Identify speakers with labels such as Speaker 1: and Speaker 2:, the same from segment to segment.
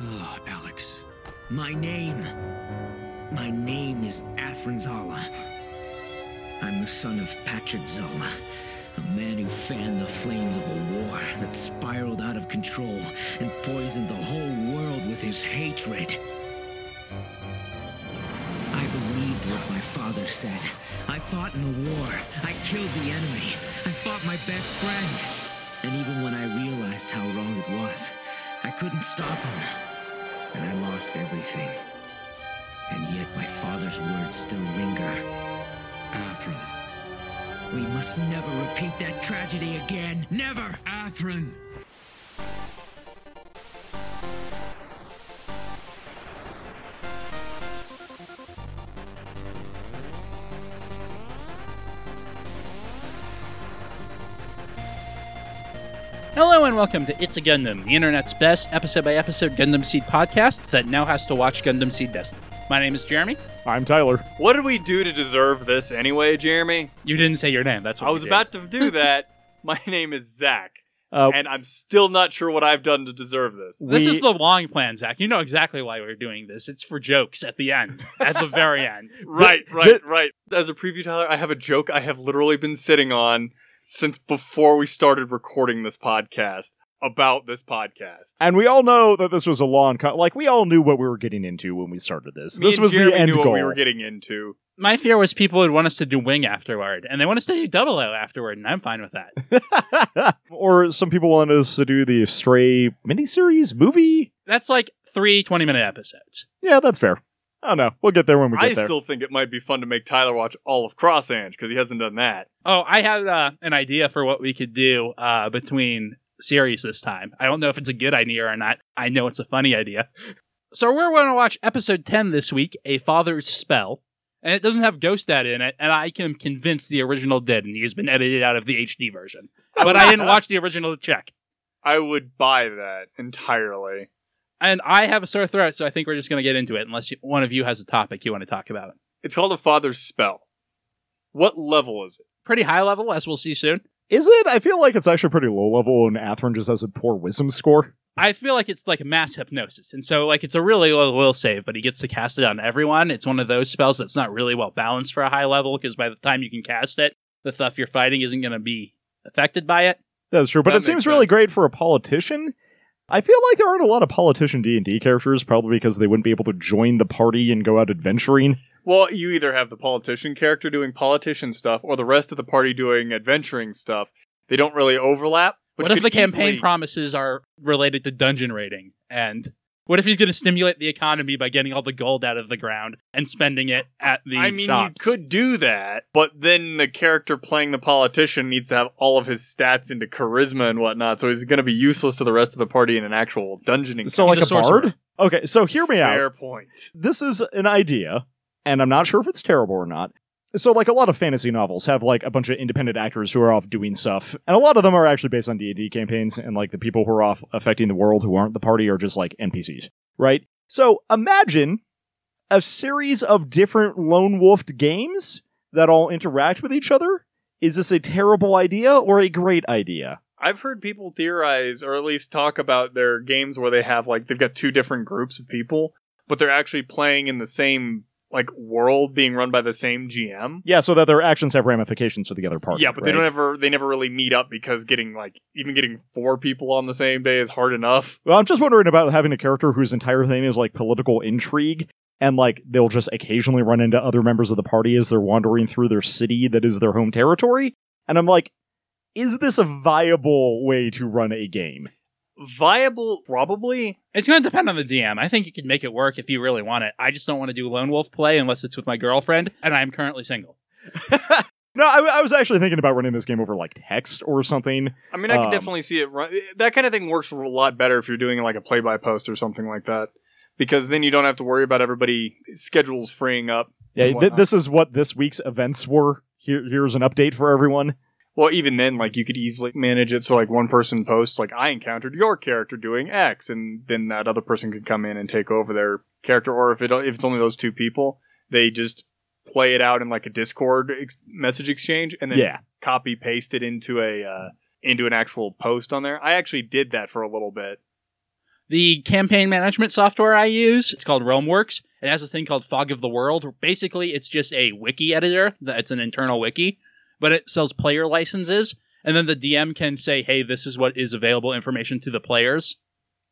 Speaker 1: Oh, Alex. My name. My name is Athrun Zala. I'm the son of Patrick Zala, a man who fanned the flames of a war that spiraled out of control and poisoned the whole world with his hatred. I believed what my father said. I fought in the war. I killed the enemy. I fought my best friend. And even when I realized how wrong it was, I couldn't stop him. And I lost everything. And yet my father's words still linger. Athrun. We must never repeat that tragedy again. Never! Athrun!
Speaker 2: Hello and welcome to It's a Gundam, the internet's best episode by episode Gundam Seed podcast that now has to watch Gundam Seed Destiny. My name is Jeremy.
Speaker 3: I'm Tyler.
Speaker 4: What did we do to deserve this anyway, Jeremy?
Speaker 2: You didn't say your name. That's what
Speaker 4: I
Speaker 2: we
Speaker 4: was
Speaker 2: did.
Speaker 4: about to do that. My name is Zach,
Speaker 3: Uh,
Speaker 4: and I'm still not sure what I've done to deserve this.
Speaker 2: This
Speaker 3: we-
Speaker 2: is the long plan, Zach. You know exactly why we're doing this. It's for jokes at the end, at the very end.
Speaker 4: Right,
Speaker 3: th-
Speaker 4: right, right. As a preview, Tyler, I have a joke I have literally been sitting on since before we started recording this podcast about this podcast.
Speaker 3: and we all know that this was a long con- like we all knew what we were getting into when we started this.
Speaker 4: Me
Speaker 3: this
Speaker 4: and
Speaker 3: was
Speaker 4: Jeremy
Speaker 3: the end
Speaker 4: knew
Speaker 3: goal.
Speaker 4: what we were getting into.
Speaker 2: My fear was people would want us to do Wing afterward, and they want us to do Double O afterward, and I'm fine with that.
Speaker 3: or some people want us to do the stray miniseries movie.
Speaker 2: That's like three 20 minute episodes.
Speaker 3: Yeah, that's fair. I don't know. We'll get there when we get
Speaker 4: I
Speaker 3: there.
Speaker 4: still think it might be fun to make Tyler watch all of Cross Ange because he hasn't done that.
Speaker 2: Oh, I had uh, an idea for what we could do uh, between series this time. I don't know if it's a good idea or not. I know it's a funny idea. So we're going to watch episode 10 this week, A Father's Spell. And it doesn't have Ghost Dad in it, and I am convinced the original did, and he's been edited out of the HD version. But I didn't watch the original to check.
Speaker 4: I would buy that entirely.
Speaker 2: And I have a sore throat, so I think we're just going to get into it, unless you, one of you has a topic you want to talk about.
Speaker 4: It's called a father's spell. What level is it?
Speaker 2: Pretty high level, as we'll see soon.
Speaker 3: Is it? I feel like it's actually pretty low level, and Athrun just has a poor wisdom score.
Speaker 2: I feel like it's like mass hypnosis, and so like it's a really low will save, but he gets to cast it on everyone. It's one of those spells that's not really well balanced for a high level because by the time you can cast it, the stuff you're fighting isn't going to be affected by it.
Speaker 3: That's true, but
Speaker 4: That
Speaker 3: it seems
Speaker 4: makes
Speaker 3: really
Speaker 4: sense.
Speaker 3: great for a politician. I feel like there aren't a lot of politician D and D characters, probably because they wouldn't be able to join the party and go out adventuring.
Speaker 4: Well, you either have the politician character doing politician stuff or the rest of the party doing adventuring stuff. They don't really overlap. which
Speaker 2: what if
Speaker 4: could
Speaker 2: the campaign
Speaker 4: easily-
Speaker 2: promises are related to dungeon raiding, and what if he's going to stimulate the economy by getting all the gold out of the ground and spending it at the
Speaker 4: I mean,
Speaker 2: shops?
Speaker 4: you could do that, but then the character playing the politician needs to have all of his stats into charisma and whatnot, so he's going to be useless to the rest of the party in an actual dungeoning.
Speaker 3: So,
Speaker 2: He's
Speaker 3: like a,
Speaker 2: a sorcerer.
Speaker 3: bard. Okay, so hear me out.
Speaker 4: Fair point.
Speaker 3: this is an idea, and I'm not sure if it's terrible or not. So, like a lot of fantasy novels have like a bunch of independent actors who are off doing stuff, and a lot of them are actually based on D and D campaigns, and like the people who are off affecting the world who aren't the party are just like NPCs, right? So, imagine a series of different lone wolfed games that all interact with each other. Is this a terrible idea or a great idea?
Speaker 4: I've heard people theorize, or at least talk about their games where they have like they've got two different groups of people, but they're actually playing in the same like world, being run by the same GM.
Speaker 3: Yeah, so that their actions have ramifications for the other party.
Speaker 4: yeah, but they
Speaker 3: right?
Speaker 4: don't ever they never really meet up because getting like even getting four people on the same day is hard enough.
Speaker 3: Well, I'm just wondering about having a character whose entire thing is like political intrigue, and like they'll just occasionally run into other members of the party as they're wandering through their city that is their home territory. And I'm like, is this a viable way to run a game?
Speaker 4: Viable probably.
Speaker 2: It's going to depend on the DM. I think you can make it work if you really want it. I just don't want to do lone wolf play unless it's with my girlfriend, and I'm currently single.
Speaker 3: No, I, I was actually thinking about running this game over like text or something.
Speaker 4: I mean, I
Speaker 3: Um,
Speaker 4: could definitely see it run. That kind of thing works a lot better if you're doing like a play by post or something like that. Because then you don't have to worry about everybody schedules freeing up.
Speaker 3: Yeah,
Speaker 4: and
Speaker 3: th-
Speaker 4: whatnot.
Speaker 3: this is what this week's events were. Here, here's an update for everyone.
Speaker 4: Well, even then, like you could easily manage it so like one person posts like I encountered your character doing X, and then that other person could come in and take over their character. Or if it if it's only those two people, they just play it out in like a Discord ex- message exchange, and then
Speaker 3: yeah,
Speaker 4: copy paste it into a uh, into an actual post on there. I actually did that for a little bit.
Speaker 2: The campaign management software I use, it's called RealmWorks. It has a thing called Fog of the World. Basically, it's just a wiki editor that's an internal wiki, but it sells player licenses. And then the DM can say, hey, this is what is available information to the players.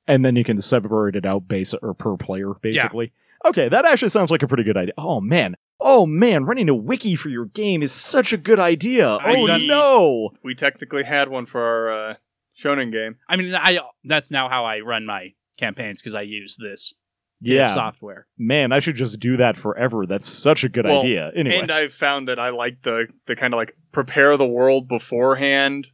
Speaker 3: and then you can separate it out base or per player basically okay that actually sounds like a pretty good idea oh man oh man running a wiki for your game is such a good idea
Speaker 4: I
Speaker 3: oh
Speaker 4: done-
Speaker 3: no
Speaker 4: We technically had one for our uh, Shonen game.
Speaker 2: I mean, I that's now how I run my campaigns because I use this
Speaker 3: yeah
Speaker 2: software.
Speaker 3: man i should just do that forever that's such a good
Speaker 4: Well,
Speaker 3: idea anyway
Speaker 4: And uh, I've found that I like the the kind of like prepare the world beforehand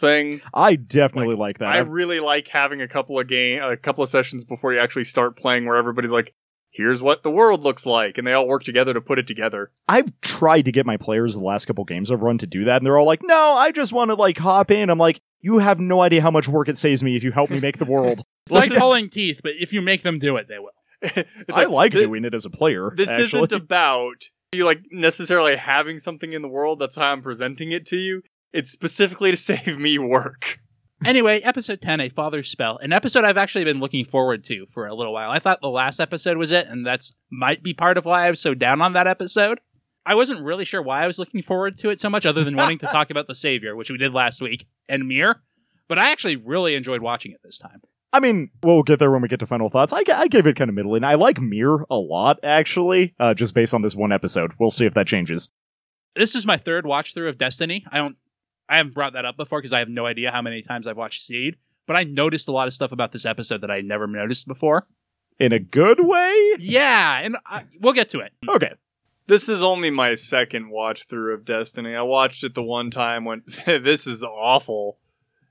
Speaker 4: thing.
Speaker 3: i definitely like, that
Speaker 4: I really like having a couple of game, a couple of sessions before you actually start playing, where everybody's like, "Here's what the world looks like," and they all work together to put it together.
Speaker 3: I've tried to get my players the last couple games I've run to do that, and they're all like, "No, I just want to like hop in." I'm like, "You have no idea how much work it saves me if you help me make the world."
Speaker 2: It's like pulling teeth, but if you make them do it, they will.
Speaker 4: It's
Speaker 3: I like
Speaker 4: thi-
Speaker 3: doing it as a player.
Speaker 4: This
Speaker 3: actually.
Speaker 4: isn't about you like necessarily having something in the world. That's how I'm presenting it to you. It's specifically to save me work.
Speaker 2: Anyway, episode 10, A Father's Spell, an episode I've actually been looking forward to for a little while. I thought the last episode was it, and that's might be part of why I was so down on that episode. I wasn't really sure why I was looking forward to it so much, other than wanting to talk about The Savior, which we did last week, and Mir. But I actually really enjoyed watching it this time.
Speaker 3: I mean, we'll get there when we get to final thoughts. I, g- I gave it kind of middling. I like Mir a lot, actually, uh, just based on this one episode. We'll see if that changes.
Speaker 2: This is my third watch through of Destiny. I don't, I haven't brought that up before because I have no idea how many times I've watched Seed. But I noticed a lot of stuff about this episode that I never noticed before.
Speaker 3: In a good way?
Speaker 2: Yeah, and I, we'll get to it.
Speaker 4: Mm-hmm.
Speaker 3: Okay.
Speaker 4: This is only my second watch through of Destiny. I watched it the one time when this is awful,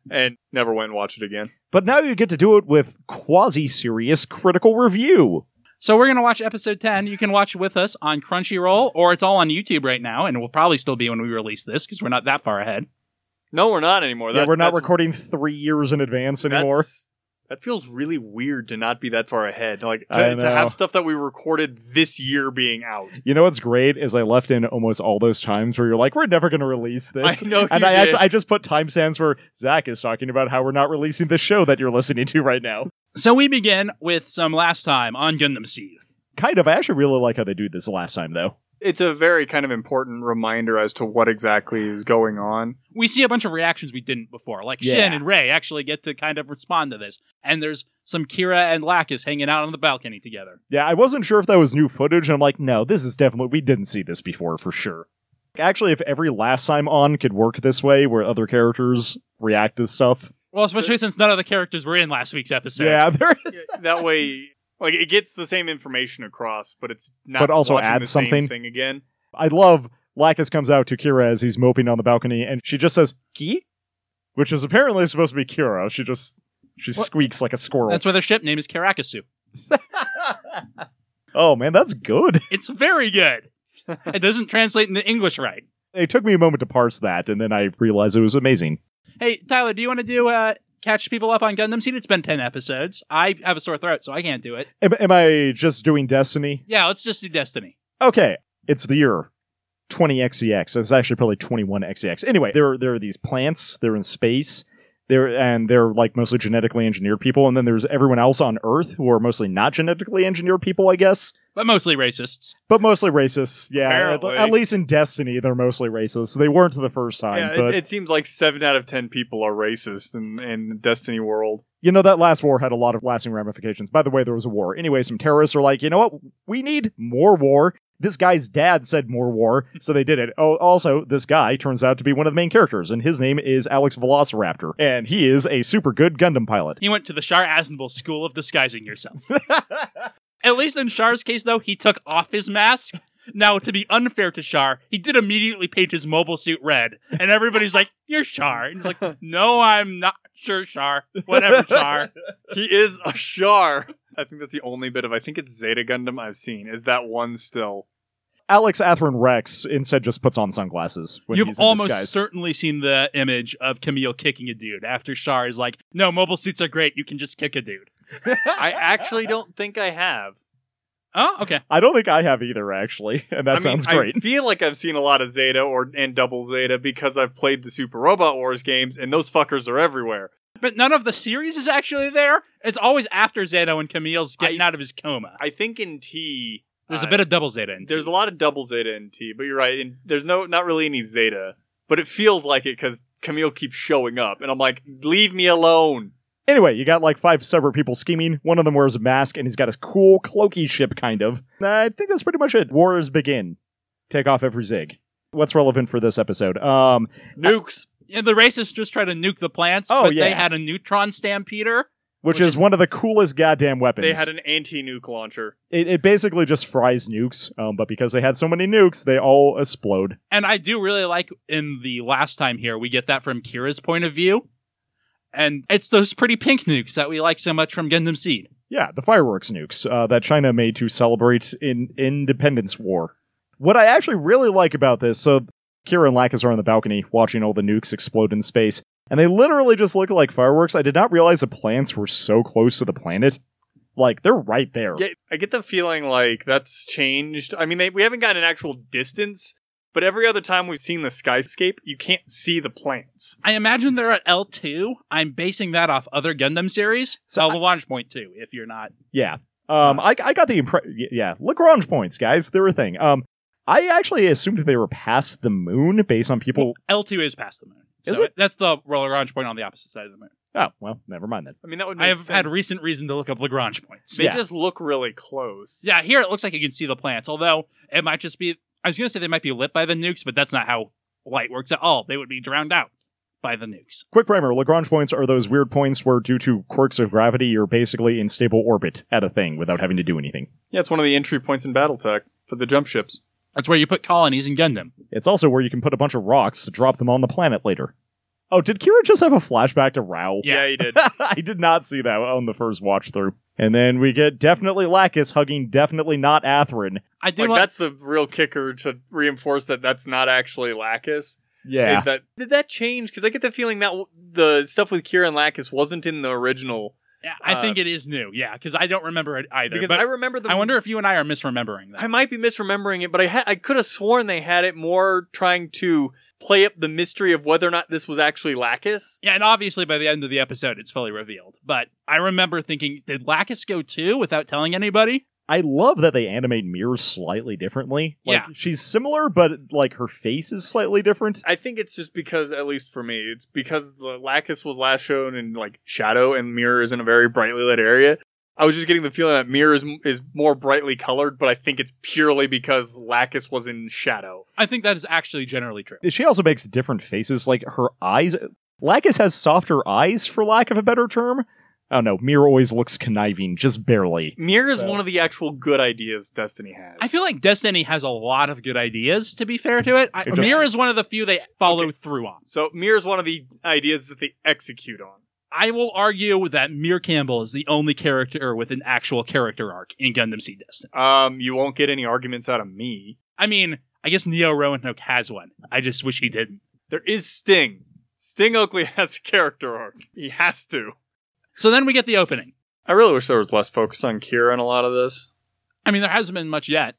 Speaker 4: and never went and watched it again.
Speaker 3: But now you get to do it with quasi serious critical review.
Speaker 2: So we're gonna watch episode ten. You can watch it with us on Crunchyroll, or it's all on YouTube right now, and will probably still be when we release this because we're not that far ahead.
Speaker 4: No, we're not anymore.
Speaker 3: yeah,
Speaker 4: That-
Speaker 3: we're not
Speaker 4: that's-
Speaker 3: recording three years in advance anymore.
Speaker 4: That's- That feels really weird to not be that far ahead. Like
Speaker 3: I
Speaker 4: to, to
Speaker 3: know.
Speaker 4: have stuff that we recorded this year being out.
Speaker 3: You know what's great is I left in almost all those times where you're like, we're never going to release
Speaker 4: I
Speaker 3: this.
Speaker 4: know,
Speaker 3: and
Speaker 4: you
Speaker 3: I
Speaker 4: did.
Speaker 3: actually, I just put timestamps where Zach is talking about how we're not releasing the show that you're listening to right now.
Speaker 2: So we begin with some last time on Gundam Seed.
Speaker 3: Kind of. I actually really like how they do this last time, though.
Speaker 4: it's a very kind of important reminder as to what exactly is going on.
Speaker 2: We see a bunch of reactions we didn't before, like
Speaker 3: Yeah.
Speaker 2: Shin and Ray actually get to kind of respond to this, and there's some Kira and Lacus hanging out on the balcony together.
Speaker 3: Yeah, I wasn't sure if that was new footage, and I'm like, no, this is definitely we didn't see this before for sure. Actually, if every last time on could work this way, where other characters react to stuff,
Speaker 2: Well, especially since none of the characters were in last week's episode.
Speaker 3: yeah, there is.
Speaker 4: that way, like it gets the same information across, but it's not.
Speaker 3: But also
Speaker 4: watching
Speaker 3: add
Speaker 4: the
Speaker 3: something.
Speaker 4: same thing again.
Speaker 3: I love Lacus comes out to Kira as he's moping on the balcony, and she just says "ki," which is apparently supposed to be Kira. She just she
Speaker 2: What?
Speaker 3: squeaks like a squirrel.
Speaker 2: That's why their ship name is Karakasu.
Speaker 3: oh man, that's good.
Speaker 2: It's very good. it doesn't translate into English right.
Speaker 3: It took me a moment to parse that, and then I realized it was amazing.
Speaker 2: Hey, Tyler, do you want to do uh, catch people up on Gundam Seed? It's been 10 episodes. I have a sore throat, so I can't do it.
Speaker 3: Am, am I just doing Destiny?
Speaker 2: Yeah, let's just do Destiny.
Speaker 3: okay, it's the year 20xex. It's actually probably 21xex. Anyway, there there are these plants. They're in space. They're and they're like mostly genetically engineered people. And then there's everyone else on Earth who are mostly not genetically engineered people, I guess,
Speaker 2: But mostly racists.
Speaker 3: but mostly racists. Yeah, at,
Speaker 4: Apparently.
Speaker 3: at least in Destiny, they're mostly racist. They weren't the first time,
Speaker 4: yeah,
Speaker 3: but
Speaker 4: it, it seems like seven out of ten people are racist in, in Destiny world.
Speaker 3: you know that last war had a lot of lasting ramifications. By the way, there was a war. Anyway, some terrorists are like, you know what? We need more war. This guy's dad said more war, so they did it. Oh, also, this guy turns out to be one of the main characters, and his name is Alex Velociraptor, and he is a super good Gundam pilot.
Speaker 2: He went to the Shar Aznable School of Disguising Yourself. At least in Shar's case, though, he took off his mask. Now, to be unfair to Shar, he did immediately paint his mobile suit red. And everybody's like, You're Shar. And he's like, No, I'm not sure, Shar. Whatever, Shar.
Speaker 4: He is a Shar. I think that's the only bit of I think it's Zeta Gundam I've seen. Is that one still?
Speaker 3: Alex Atherin Rex instead just puts on sunglasses when
Speaker 2: You've
Speaker 3: he's in
Speaker 2: almost
Speaker 3: disguise.
Speaker 2: certainly seen the image of Camille kicking a dude after Shar is like, No, mobile suits are great. You can just kick a dude.
Speaker 4: I actually don't think I have.
Speaker 2: Oh, okay.
Speaker 3: I don't think I have either, actually, and that
Speaker 4: I mean,
Speaker 3: sounds great.
Speaker 4: I feel like I've seen a lot of Zeta or and Double Zeta because I've played the Super Robot Wars games, and those fuckers are everywhere.
Speaker 2: but none of the series is actually there. It's always after Zeno and Camille's getting
Speaker 4: I-
Speaker 2: out of his coma.
Speaker 4: I think in T
Speaker 2: There's
Speaker 4: uh,
Speaker 2: a bit of double Zeta in.
Speaker 4: there's a lot of double zeta in T, but you're right. And there's no not really any zeta, but it feels like it because Camille keeps showing up, and I'm like, leave me alone.
Speaker 3: Anyway, you got like five separate people scheming. One of them wears a mask and he's got his cool cloaky ship, kind of. I think that's pretty much it. Wars begin. Take off every zig. What's relevant for this episode? Um,
Speaker 4: Nukes.
Speaker 2: and the racists just try to nuke the plants,
Speaker 3: Oh,
Speaker 2: but
Speaker 3: yeah.
Speaker 2: they had a neutron stampeder.
Speaker 3: which,
Speaker 4: Which
Speaker 3: is one of the coolest goddamn weapons.
Speaker 4: They had an anti-nuke launcher.
Speaker 3: it, it basically just fries nukes, um, but because they had so many nukes, they all explode.
Speaker 2: And I do really like in the last time here, we get that from Kira's point of view. And it's those pretty pink nukes that we like so much from Gundam Seed.
Speaker 3: Yeah, the fireworks nukes uh, that China made to celebrate in Independence War. What I actually really like about this, so Kira and Lacus are on the balcony watching all the nukes explode in space, and they literally just look like fireworks. I did not realize the plants were so close to the planet. Like they're right there.
Speaker 4: Yeah, I get the feeling like that's changed. I mean, they, we haven't gotten an actual distance, but every other time we've seen the skyscape, you can't see the plants.
Speaker 2: I imagine they're at L2. I'm basing that off other Gundam series.
Speaker 3: So
Speaker 2: So Lagrange Point 2, if you're not.
Speaker 3: Yeah. Um, I, I got the impression. Yeah, Lagrange points, guys. They're a thing. Um, I actually assumed they were past the moon based on people
Speaker 2: L2 is past the moon.
Speaker 3: Is
Speaker 2: so
Speaker 3: it?
Speaker 2: That's the Lagrange Point on the opposite side of the moon.
Speaker 3: Oh, well, never mind then.
Speaker 4: I mean, that would. Make
Speaker 2: I have had
Speaker 4: sense.
Speaker 2: recent reason to look up Lagrange points.
Speaker 4: They
Speaker 3: Yeah.
Speaker 4: just look really close.
Speaker 2: Yeah, here it looks like you can see the plants, although it might just be. I was going to say they might be lit by the nukes, but that's not how light works at all. They would be drowned out by the nukes.
Speaker 3: Quick primer Lagrange points are those weird points where, due to quirks of gravity, you're basically in stable orbit at a thing without having to do anything.
Speaker 4: yeah. It's one of the entry points in BattleTech for the jump ships.
Speaker 2: That's where you put colonies in Gundam.
Speaker 3: It's also where you can put a bunch of rocks to drop them on the planet later. Oh, did Kira just have a flashback to Rao?
Speaker 2: Yeah.
Speaker 4: yeah he did.
Speaker 3: I did not see that on the first watch through. And then we get definitely Lacus hugging definitely not Atherin.
Speaker 2: I do
Speaker 4: Like
Speaker 2: want.
Speaker 4: that's the real kicker to reinforce that that's not actually Lacus. Is that did that change? Because I get the feeling that w- the stuff with Kira and Lacus wasn't in the original.
Speaker 2: yeah, I
Speaker 4: uh,
Speaker 2: think it is new. Yeah, because I don't remember it either.
Speaker 4: Because
Speaker 2: but
Speaker 4: I
Speaker 2: I,
Speaker 4: remember the.
Speaker 2: wonder if you and I are misremembering that.
Speaker 4: I might be misremembering it, but I ha- I could have sworn they had it more trying to play up the mystery of whether or not this was actually Lacus.
Speaker 2: yeah, and obviously by the end of the episode, it's fully revealed. But I remember thinking, did Lacus go too without telling anybody?
Speaker 3: I love that they animate Mir slightly differently. Like,
Speaker 2: Yeah.
Speaker 3: She's similar, but like her face is slightly different.
Speaker 4: I think it's just because, at least for me, it's because the Lacus was last shown in like shadow and mirror is in a very brightly lit area. I was just getting the feeling that mirror is is more brightly colored, but I think it's purely because Lacus was in shadow.
Speaker 2: I think that is actually generally true.
Speaker 3: she also makes different faces. Like her eyes, Lacus has softer eyes, for lack of a better term. Oh no, Mir always looks conniving, just barely.
Speaker 4: Mirror is
Speaker 3: So-
Speaker 4: one of the actual good ideas Destiny has.
Speaker 2: I feel like Destiny has a lot of good ideas. To be fair to it, I,
Speaker 3: It just-
Speaker 2: Mir is one of the few they follow through on.
Speaker 4: so. Mirror is one of the ideas that they execute on.
Speaker 2: I will argue that Mir Campbell is the only character with an actual character arc in Gundam Seed Destiny.
Speaker 4: Um, you won't get any arguments out of me.
Speaker 2: I mean, I guess Neo Roanoke has one. I just wish he didn't.
Speaker 4: There is Sting. Sting Oakley has a character arc. He has to.
Speaker 2: So then we get the opening.
Speaker 4: I really wish there was less focus on Kira in a lot of this.
Speaker 2: I mean, there hasn't been much yet.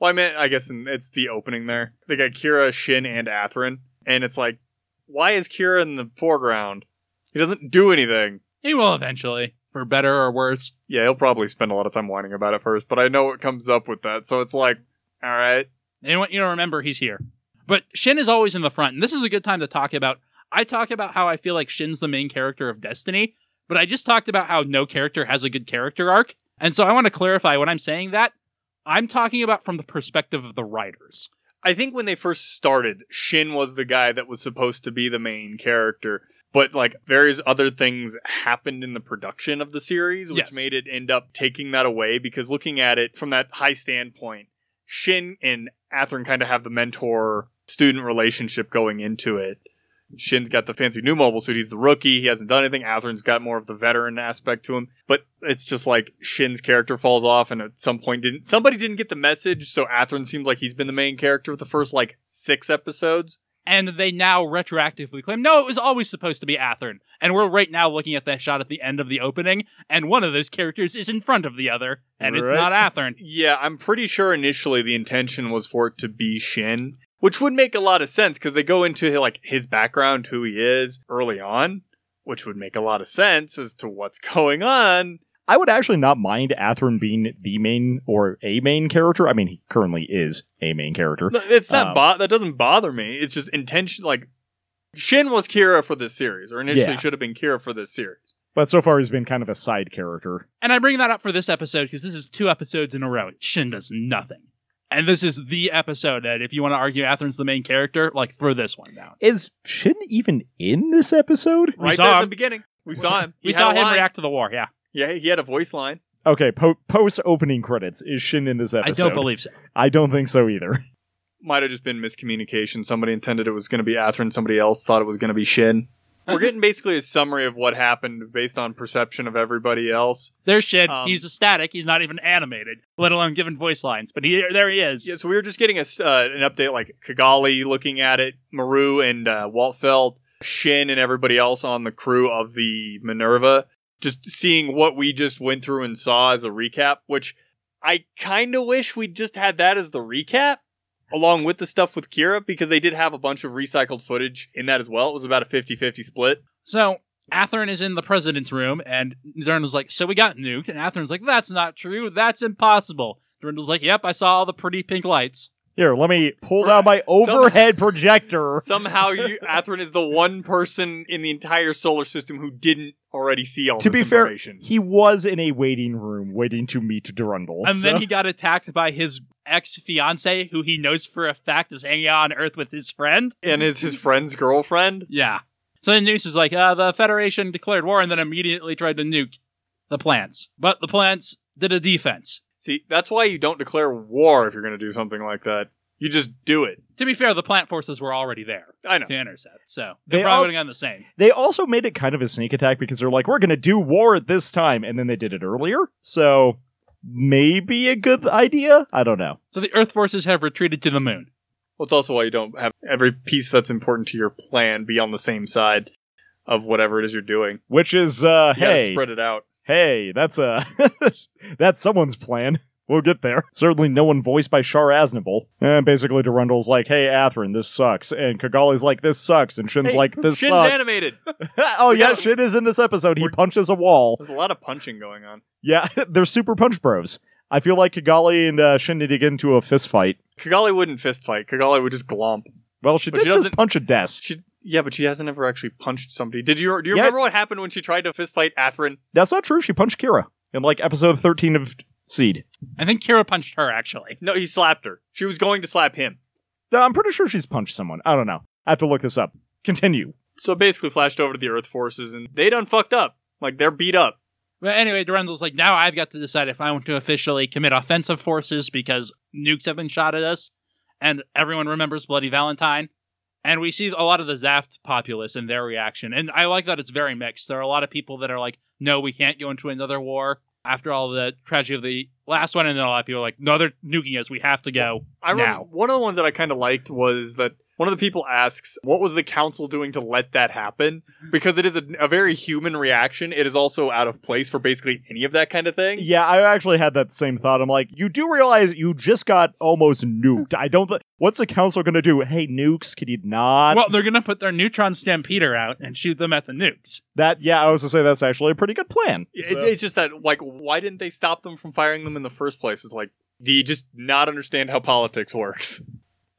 Speaker 4: Well, I meant, I guess in, it's the opening there. They got Kira, Shin, and Atherin, and it's like, why is Kira in the foreground? He doesn't do anything.
Speaker 2: He will eventually, for better or worse.
Speaker 4: Yeah, he'll probably spend a lot of time whining about it first, but I know what comes up with that, so it's like, all right.
Speaker 2: They want you to remember he's here. But Shin is always in the front, and this is a good time to talk about. I talk about how I feel like Shin's the main character of Destiny, but I just talked about how no character has a good character arc. And so I want to clarify when I'm saying that, I'm talking about from the perspective of the writers.
Speaker 4: I think when they first started, Shin was the guy that was supposed to be the main character, but like various other things happened in the production of the series, which
Speaker 2: Yes.
Speaker 4: made it end up taking that away. Because looking at it from that high standpoint, Shin and Atherin kind of have the mentor student relationship going into it. Shin's got the fancy new mobile suit. He's the rookie. He hasn't done anything. Atherin's got more of the veteran aspect to him. But it's just like Shin's character falls off, and at some point didn't somebody didn't get the message. So Atherin seems like he's been the main character the first like six episodes.
Speaker 2: And they now retroactively claim, no, it was always supposed to be Atherin. And we're right now looking at that shot at the end of the opening, and one of those characters is in front of the other, and it's
Speaker 4: Right.
Speaker 2: not Atherin.
Speaker 4: Yeah, I'm pretty sure initially the intention was for it to be Shin, which would make a lot of sense because they go into like his background, who he is early on. which would make a lot of sense as to what's going on.
Speaker 3: I would actually not mind Atherin being the main or a main character. I mean, he currently is a main character.
Speaker 4: No, It's not
Speaker 3: Um,
Speaker 4: bo- that doesn't bother me. It's just intention. Like Shin was Kira for this series, or initially
Speaker 3: Yeah.
Speaker 4: should have been Kira for this series.
Speaker 3: But so far, he's been kind of a side character.
Speaker 2: And I bring that up for this episode because this is two episodes in a row. Shin does nothing. And this is the episode that if you want to argue Atherin's the main character, like throw this one down.
Speaker 3: Is Shin even in this episode?
Speaker 2: We
Speaker 4: right
Speaker 2: saw
Speaker 4: there at the
Speaker 2: him.
Speaker 4: beginning, we saw him.
Speaker 2: We
Speaker 4: He had
Speaker 2: saw
Speaker 4: a
Speaker 2: him
Speaker 4: line.
Speaker 2: react to the war, yeah.
Speaker 4: Yeah, he had a voice line.
Speaker 3: Okay, po- post opening credits is Shin in this episode?
Speaker 2: I don't believe so.
Speaker 3: I don't think so either.
Speaker 4: Might have just been miscommunication. Somebody intended it was going to be Atherin. Somebody else thought it was going to be Shin. We're getting basically a summary of what happened based on perception of everybody else.
Speaker 2: There's Shin.
Speaker 4: Um,
Speaker 2: he's a static. He's not even animated, let alone given voice lines. But he, there he is.
Speaker 4: Yeah, so we were just getting a, s- uh, an update like Kigali looking at it, Maru and uh, Waltfeld, Shin, and everybody else on the crew of the Minerva. Just seeing what we just went through and saw as a recap, which I kind of wish we just had that as the recap along with the stuff with Kira because they did have a bunch of recycled footage in that as well. It was about a 50 50 split.
Speaker 2: So Atherin is in the president's room, and Durandal's like, "So we got nuked." And Atherin's like, "That's not true. That's impossible." Durandal's like, "Yep, I saw all the pretty pink lights."
Speaker 3: Here, let me pull down my overhead projector.
Speaker 4: Somehow, you, Atherin is the one person in the entire solar system who didn't already see all
Speaker 3: To
Speaker 4: this
Speaker 3: be fair,
Speaker 4: information.
Speaker 3: He was in a waiting room waiting to meet Durandal.
Speaker 2: And then
Speaker 3: so-
Speaker 2: he got attacked by his ex fiance, who he knows for a fact is hanging out on Earth with his friend.
Speaker 4: and his, his friend's girlfriend.
Speaker 2: Yeah. So then Noose is like, uh, the Federation declared war and then immediately tried to nuke the plants. But the plants did a defense.
Speaker 4: See, that's why you don't declare war if you're going to do something like that. You just do it.
Speaker 2: To be fair, the plant forces were already there
Speaker 4: I know.
Speaker 2: to intercept, so they
Speaker 3: They
Speaker 2: probably
Speaker 3: al-
Speaker 2: would have gone the same.
Speaker 3: They also made it kind of a sneak attack because they're like, we're going to do war at this time. And then they did it earlier. So maybe a good idea? I don't know.
Speaker 2: So the Earth forces have retreated to the moon.
Speaker 4: Well, it's also why you don't have every piece that's important to your plan be on the same side of whatever it is you're doing.
Speaker 3: Which is, uh,
Speaker 4: You gotta
Speaker 3: hey,
Speaker 4: spread it out.
Speaker 3: hey, that's a, that's someone's plan. We'll get there. Certainly no one voiced by Shar Aznable. And basically Durandal's like, hey, Atherin, this sucks. And Kigali's like, this sucks. And Shin's
Speaker 4: Hey,
Speaker 3: like, this
Speaker 4: Shin's
Speaker 3: sucks.
Speaker 4: animated.
Speaker 3: oh,
Speaker 4: We
Speaker 3: yeah,
Speaker 4: gotta-
Speaker 3: Shin is in this episode. He
Speaker 4: We're-
Speaker 3: punches a wall.
Speaker 4: There's a lot of punching going on.
Speaker 3: Yeah, they're super punch bros. I feel like Kigali and uh, Shin need to get into a fist fight.
Speaker 4: Kigali wouldn't fist fight. Kigali would just glomp.
Speaker 3: Well, she
Speaker 4: But
Speaker 3: did
Speaker 4: she
Speaker 3: just
Speaker 4: doesn't-
Speaker 3: punch a desk.
Speaker 4: She, yeah, but she hasn't ever actually punched somebody. Did you? Do you
Speaker 3: Yeah.
Speaker 4: remember what happened when she tried to fist fight Atherin?
Speaker 3: That's not true. She punched Kira in like episode 13 of Seed.
Speaker 2: I think Kira punched her, actually.
Speaker 4: No, he slapped her. She was going to slap him.
Speaker 3: Uh, I'm pretty sure she's punched someone. I don't know. I have to look this up. Continue.
Speaker 4: So it basically, flashed over to the Earth forces, and they done fucked up. Like they're beat up.
Speaker 2: But anyway, Durandal's like, now I've got to decide if I want to officially commit offensive forces because nukes have been shot at us, and everyone remembers Bloody Valentine. And we see a lot of the Zaft populace and their reaction. And I like that it's very mixed. There are a lot of people that are like, no, we can't go into another war after all the tragedy of the last one. And then a lot of people are like, no, they're nuking us. We have to go.
Speaker 4: I rem-
Speaker 2: now.
Speaker 4: one of the ones that I kind of liked was that one of the people asks, "What was the council doing to let that happen?"
Speaker 2: Mm-hmm.
Speaker 4: Because it is a, a very human reaction. It is also out of place for basically any of that kind of thing.
Speaker 3: Yeah, I actually had that same thought. I'm like, you do realize you just got almost nuked. I don't. Th- What's the council going to do? Hey, nukes, could you not?
Speaker 2: well, they're going to put their neutron stampeder out and shoot them at the nukes.
Speaker 3: that yeah, I was to say that's actually a pretty good plan.
Speaker 4: It-
Speaker 3: So-
Speaker 4: It's just that, like, why didn't they stop them from firing them in the first place? It's like, do you just not understand how politics works?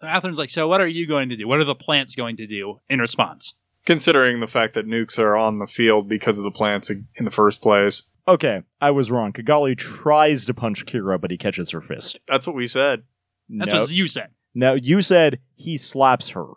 Speaker 2: So Atherin's like, so what are you going to do? What are the plants going to do in response?
Speaker 4: Considering the fact that nukes are on the field because of the plants in in the first place,
Speaker 3: okay, I was wrong. Kigali tries to punch Kira, but he catches her fist.
Speaker 4: that's what we said.
Speaker 2: That's
Speaker 3: no,
Speaker 2: what you said.
Speaker 3: no, you said he slaps her.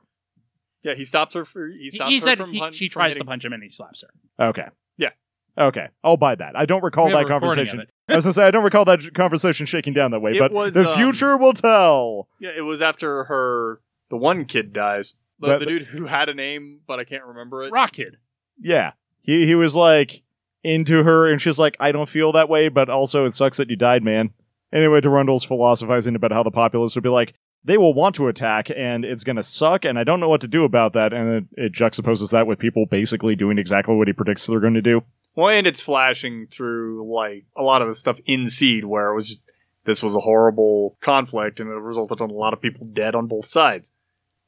Speaker 4: Yeah, he stops her. For, he
Speaker 2: He,
Speaker 4: stops
Speaker 2: he
Speaker 4: her
Speaker 2: said
Speaker 4: from
Speaker 2: he-
Speaker 4: pun-
Speaker 2: she
Speaker 4: from
Speaker 2: tries
Speaker 4: hitting-
Speaker 2: to punch him and he slaps her.
Speaker 3: Okay.
Speaker 4: Yeah.
Speaker 3: Okay. I'll buy that. I don't recall
Speaker 2: We have
Speaker 3: that
Speaker 2: a recording of
Speaker 3: conversation.
Speaker 2: it.
Speaker 3: I was gonna say I don't recall that j- conversation shaking down that way,
Speaker 4: It
Speaker 3: but
Speaker 4: was,
Speaker 3: the
Speaker 4: um,
Speaker 3: future will tell.
Speaker 4: Yeah, it was after her. The one kid dies. The,
Speaker 3: But-
Speaker 4: the dude who had a name, but I can't remember it.
Speaker 2: Rock Kid.
Speaker 3: Yeah. He he was like into her and she's like, I don't feel that way, but also it sucks that you died, man. Anyway, Durandal's philosophizing about how the populace would be like, they will want to attack and it's gonna suck, and I don't know what to do about that, and it, it juxtaposes that with people basically doing exactly what he predicts they're gonna do.
Speaker 4: Well, and it's flashing through like a lot of the stuff in Seed, where it was just, this was a horrible conflict, and it resulted in a lot of people dead on both sides.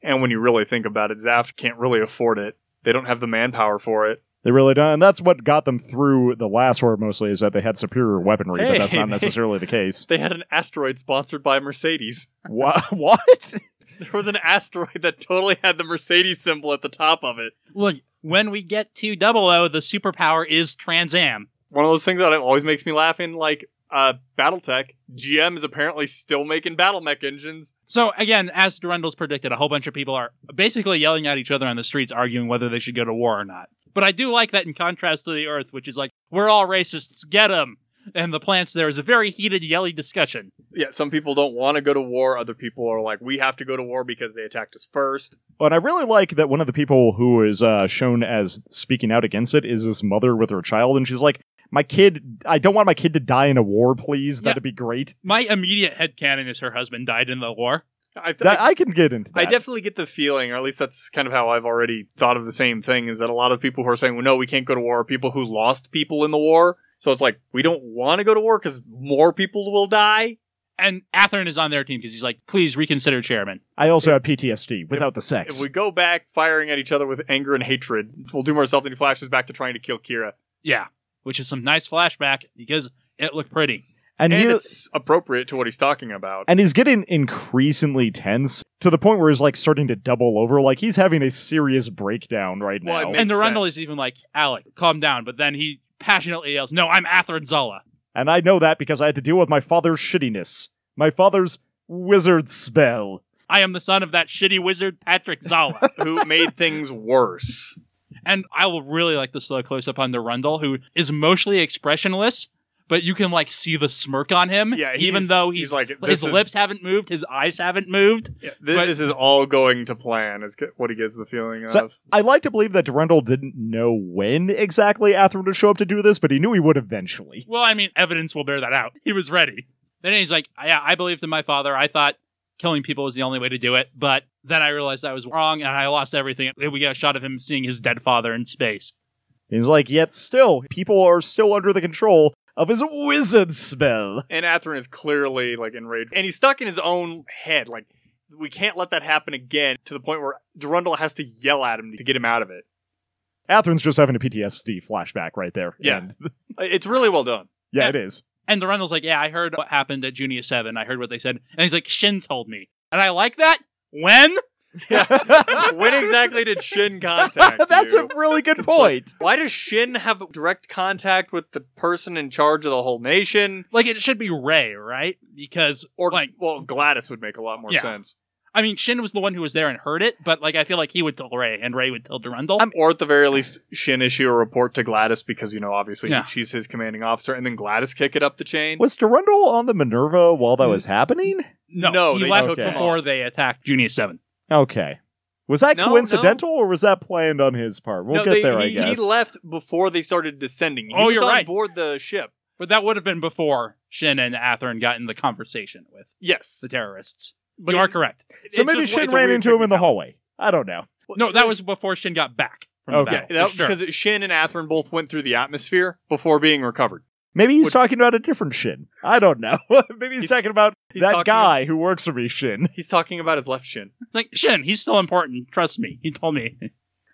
Speaker 4: And when you really think about it, Zaft can't really afford it. They don't have the manpower for it.
Speaker 3: They really don't. And that's what got them through the last war mostly is that they had superior weaponry, but that's
Speaker 4: Hey.
Speaker 3: not necessarily the case.
Speaker 4: They had an asteroid sponsored by Mercedes.
Speaker 3: Wha- what?
Speaker 4: There was an asteroid that totally had the Mercedes symbol at the top of it.
Speaker 2: Look, when we get to Double O, the superpower is Trans Am.
Speaker 4: One of those things that always makes me laugh in, like, uh, Battletech. GM is apparently still making battle mech engines.
Speaker 2: So again, as Durandal's predicted, a whole bunch of people are basically yelling at each other on the streets, arguing whether they should go to war or not. But I do like that in contrast to the Earth, which is like we're all racists, get 'em. And the plants there is a very heated, yelly discussion.
Speaker 4: Yeah, some people don't want to go to war. Other people are like, we have to go to war because they attacked us first.
Speaker 3: Well, and I really like that one of the people who is uh, shown as speaking out against it is this mother with her child, and she's like, "My kid, I don't want my kid to die in a war, please.
Speaker 2: Yeah.
Speaker 3: That'd be great.
Speaker 2: My immediate headcanon is her husband died in the war.
Speaker 4: I, th-
Speaker 3: That, I can get into that."
Speaker 4: I definitely get the feeling, or at least that's kind of how I've already thought of the same thing, is that a lot of people who are saying, well, no, we can't go to war are people who lost people in the war. So it's like, we don't want to go to war because more people will die.
Speaker 2: And Atherin is on their team because he's like, please reconsider chairman.
Speaker 3: I also have PTSD without the
Speaker 4: If
Speaker 3: sex.
Speaker 4: we go back firing at each other with anger and hatred, we'll do ourselves any flashes back to trying to kill Kira.
Speaker 2: Yeah. Which is some nice flashback because it looked pretty.
Speaker 3: and
Speaker 4: And
Speaker 3: you-
Speaker 4: it's appropriate to what he's talking about.
Speaker 3: and he's getting increasingly tense to the point where he's like starting to double over. Like he's having a serious breakdown right
Speaker 4: Well, I
Speaker 3: now.
Speaker 4: mean-
Speaker 2: and
Speaker 4: Makes
Speaker 2: Durandal
Speaker 4: sense.
Speaker 2: is even like, Alec, calm down. But then he passionately yells, No, I'm Atherin Zala.
Speaker 3: and I know that because I had to deal with my father's shittiness, my father's wizard spell.
Speaker 2: I am the son of that shitty wizard, Patrick Zala.
Speaker 4: who made things worse.
Speaker 2: and I will really like the slow close up on Durandal, who is mostly expressionless, but you can like see the smirk on him.
Speaker 4: Yeah,
Speaker 2: even
Speaker 4: he's-
Speaker 2: though
Speaker 4: he's
Speaker 2: he's,
Speaker 4: like,
Speaker 2: his
Speaker 4: "This is-
Speaker 2: lips haven't moved, his eyes haven't moved.
Speaker 4: This
Speaker 2: But-
Speaker 4: is all going to plan, is what he gets the feeling
Speaker 3: So-
Speaker 4: of.
Speaker 3: I like to believe that Durandal didn't know when exactly Atherin would show up to do this, but he knew he would eventually.
Speaker 2: Well, I mean, evidence will bear that out. He was ready. Then he's like, Yeah, I believed in my father. I thought killing people was the only way to do it. But then I realized I was wrong and I lost everything. We got a shot of him seeing his dead father in space.
Speaker 3: He's like, yet still, people are still under the control of his wizard spell.
Speaker 4: And Atherin is clearly like enraged, and he's stuck in his own head. Like we can't let that happen again. To the point where Durandal has to yell at him to get him out of it.
Speaker 3: Atherin's just having a PTSD flashback right there.
Speaker 4: Yeah.
Speaker 3: And-
Speaker 4: Uh, It's really well done.
Speaker 3: yeah,
Speaker 2: Yeah.
Speaker 3: it is.
Speaker 2: And Durandal's like, Yeah, I heard what happened at Junior 7. I heard what they said. And he's like, Shin told me. And I like that. When?
Speaker 4: when exactly did Shin contact
Speaker 3: That's
Speaker 4: you?
Speaker 3: a really good
Speaker 4: It's
Speaker 3: point.
Speaker 4: Why does Shin have direct contact with the person in charge of the whole nation?
Speaker 2: Like, it should be Ray, right? Because,
Speaker 4: Or
Speaker 2: like,
Speaker 4: well, Gladys would make a lot more
Speaker 2: Yeah.
Speaker 4: sense.
Speaker 2: I mean, Shin was the one who was there and heard it, but, like, I feel like he would tell Ray and Ray would tell Durandal.
Speaker 4: Oh, or at the very least, Shin issue a report to Gladys because you know obviously
Speaker 2: Yeah.
Speaker 4: she's his commanding officer, and then Gladys kick it up the chain.
Speaker 3: Was Durandal on the Minerva while
Speaker 4: Mm.
Speaker 3: that was happening?
Speaker 2: no,
Speaker 4: no,
Speaker 2: he
Speaker 4: they
Speaker 2: left
Speaker 3: took him
Speaker 2: before they attacked Junior 7.
Speaker 3: Okay. Was that
Speaker 4: No, no.
Speaker 3: coincidental or was that planned on his part? We'll
Speaker 4: no,
Speaker 3: get
Speaker 4: they-
Speaker 3: there,
Speaker 4: he,
Speaker 3: I guess.
Speaker 4: He left before they started descending. He
Speaker 2: Oh,
Speaker 4: was
Speaker 2: you're
Speaker 4: on
Speaker 2: right.
Speaker 4: board the ship.
Speaker 2: But that would have been before Shin and Atherin got in the conversation with
Speaker 4: Yes.
Speaker 2: the terrorists.
Speaker 4: But
Speaker 2: you are
Speaker 4: it-
Speaker 2: correct.
Speaker 4: It's
Speaker 3: so maybe
Speaker 4: just-
Speaker 3: Shin
Speaker 4: it's a
Speaker 3: ran
Speaker 4: weird
Speaker 3: into him in the
Speaker 4: technicality.
Speaker 3: hallway. I don't know.
Speaker 2: No, that was before Shin got back from
Speaker 3: Okay.
Speaker 2: the
Speaker 4: Yeah,
Speaker 2: battle.
Speaker 4: that,
Speaker 2: for sure.
Speaker 4: because Shin and Atherin both went through the atmosphere before being recovered.
Speaker 3: Maybe he's
Speaker 4: Would-
Speaker 3: talking about a different Shin. I don't know. maybe he's,
Speaker 4: He's-
Speaker 3: talking about
Speaker 4: he's
Speaker 3: that
Speaker 4: talking-
Speaker 3: guy who works for me, Shin.
Speaker 4: He's talking about his left shin.
Speaker 2: like Shin, he's still important. Trust me. He told me.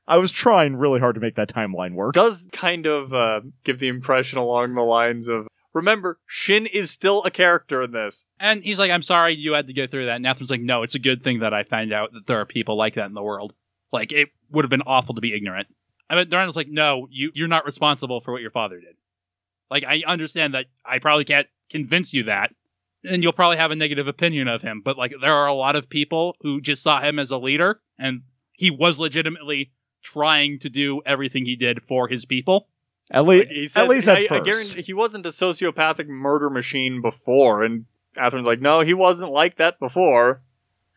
Speaker 3: I was trying really hard to make that timeline work.
Speaker 4: Does kind of uh, give the impression along the lines of remember, Shin is still a character in this.
Speaker 2: And he's like, I'm sorry you had to go through that. And Atherin's like, no, it's a good thing that I found out that there are people like that in the world. Like, it would have been awful to be ignorant. I mean, Durandal's like, no, you, you're not responsible for what your father did. Like, I understand that I probably can't convince you that. And you'll probably have a negative opinion of him. But, like, there are a lot of people who just saw him as a leader. And he was legitimately trying to do everything he did for his people.
Speaker 3: At
Speaker 4: Like,
Speaker 3: least,
Speaker 4: he says,
Speaker 3: at least
Speaker 4: I-
Speaker 3: at
Speaker 4: I
Speaker 3: first.
Speaker 4: guarantee- he wasn't a sociopathic murder machine before, and Atherin's like, no, he wasn't like that before.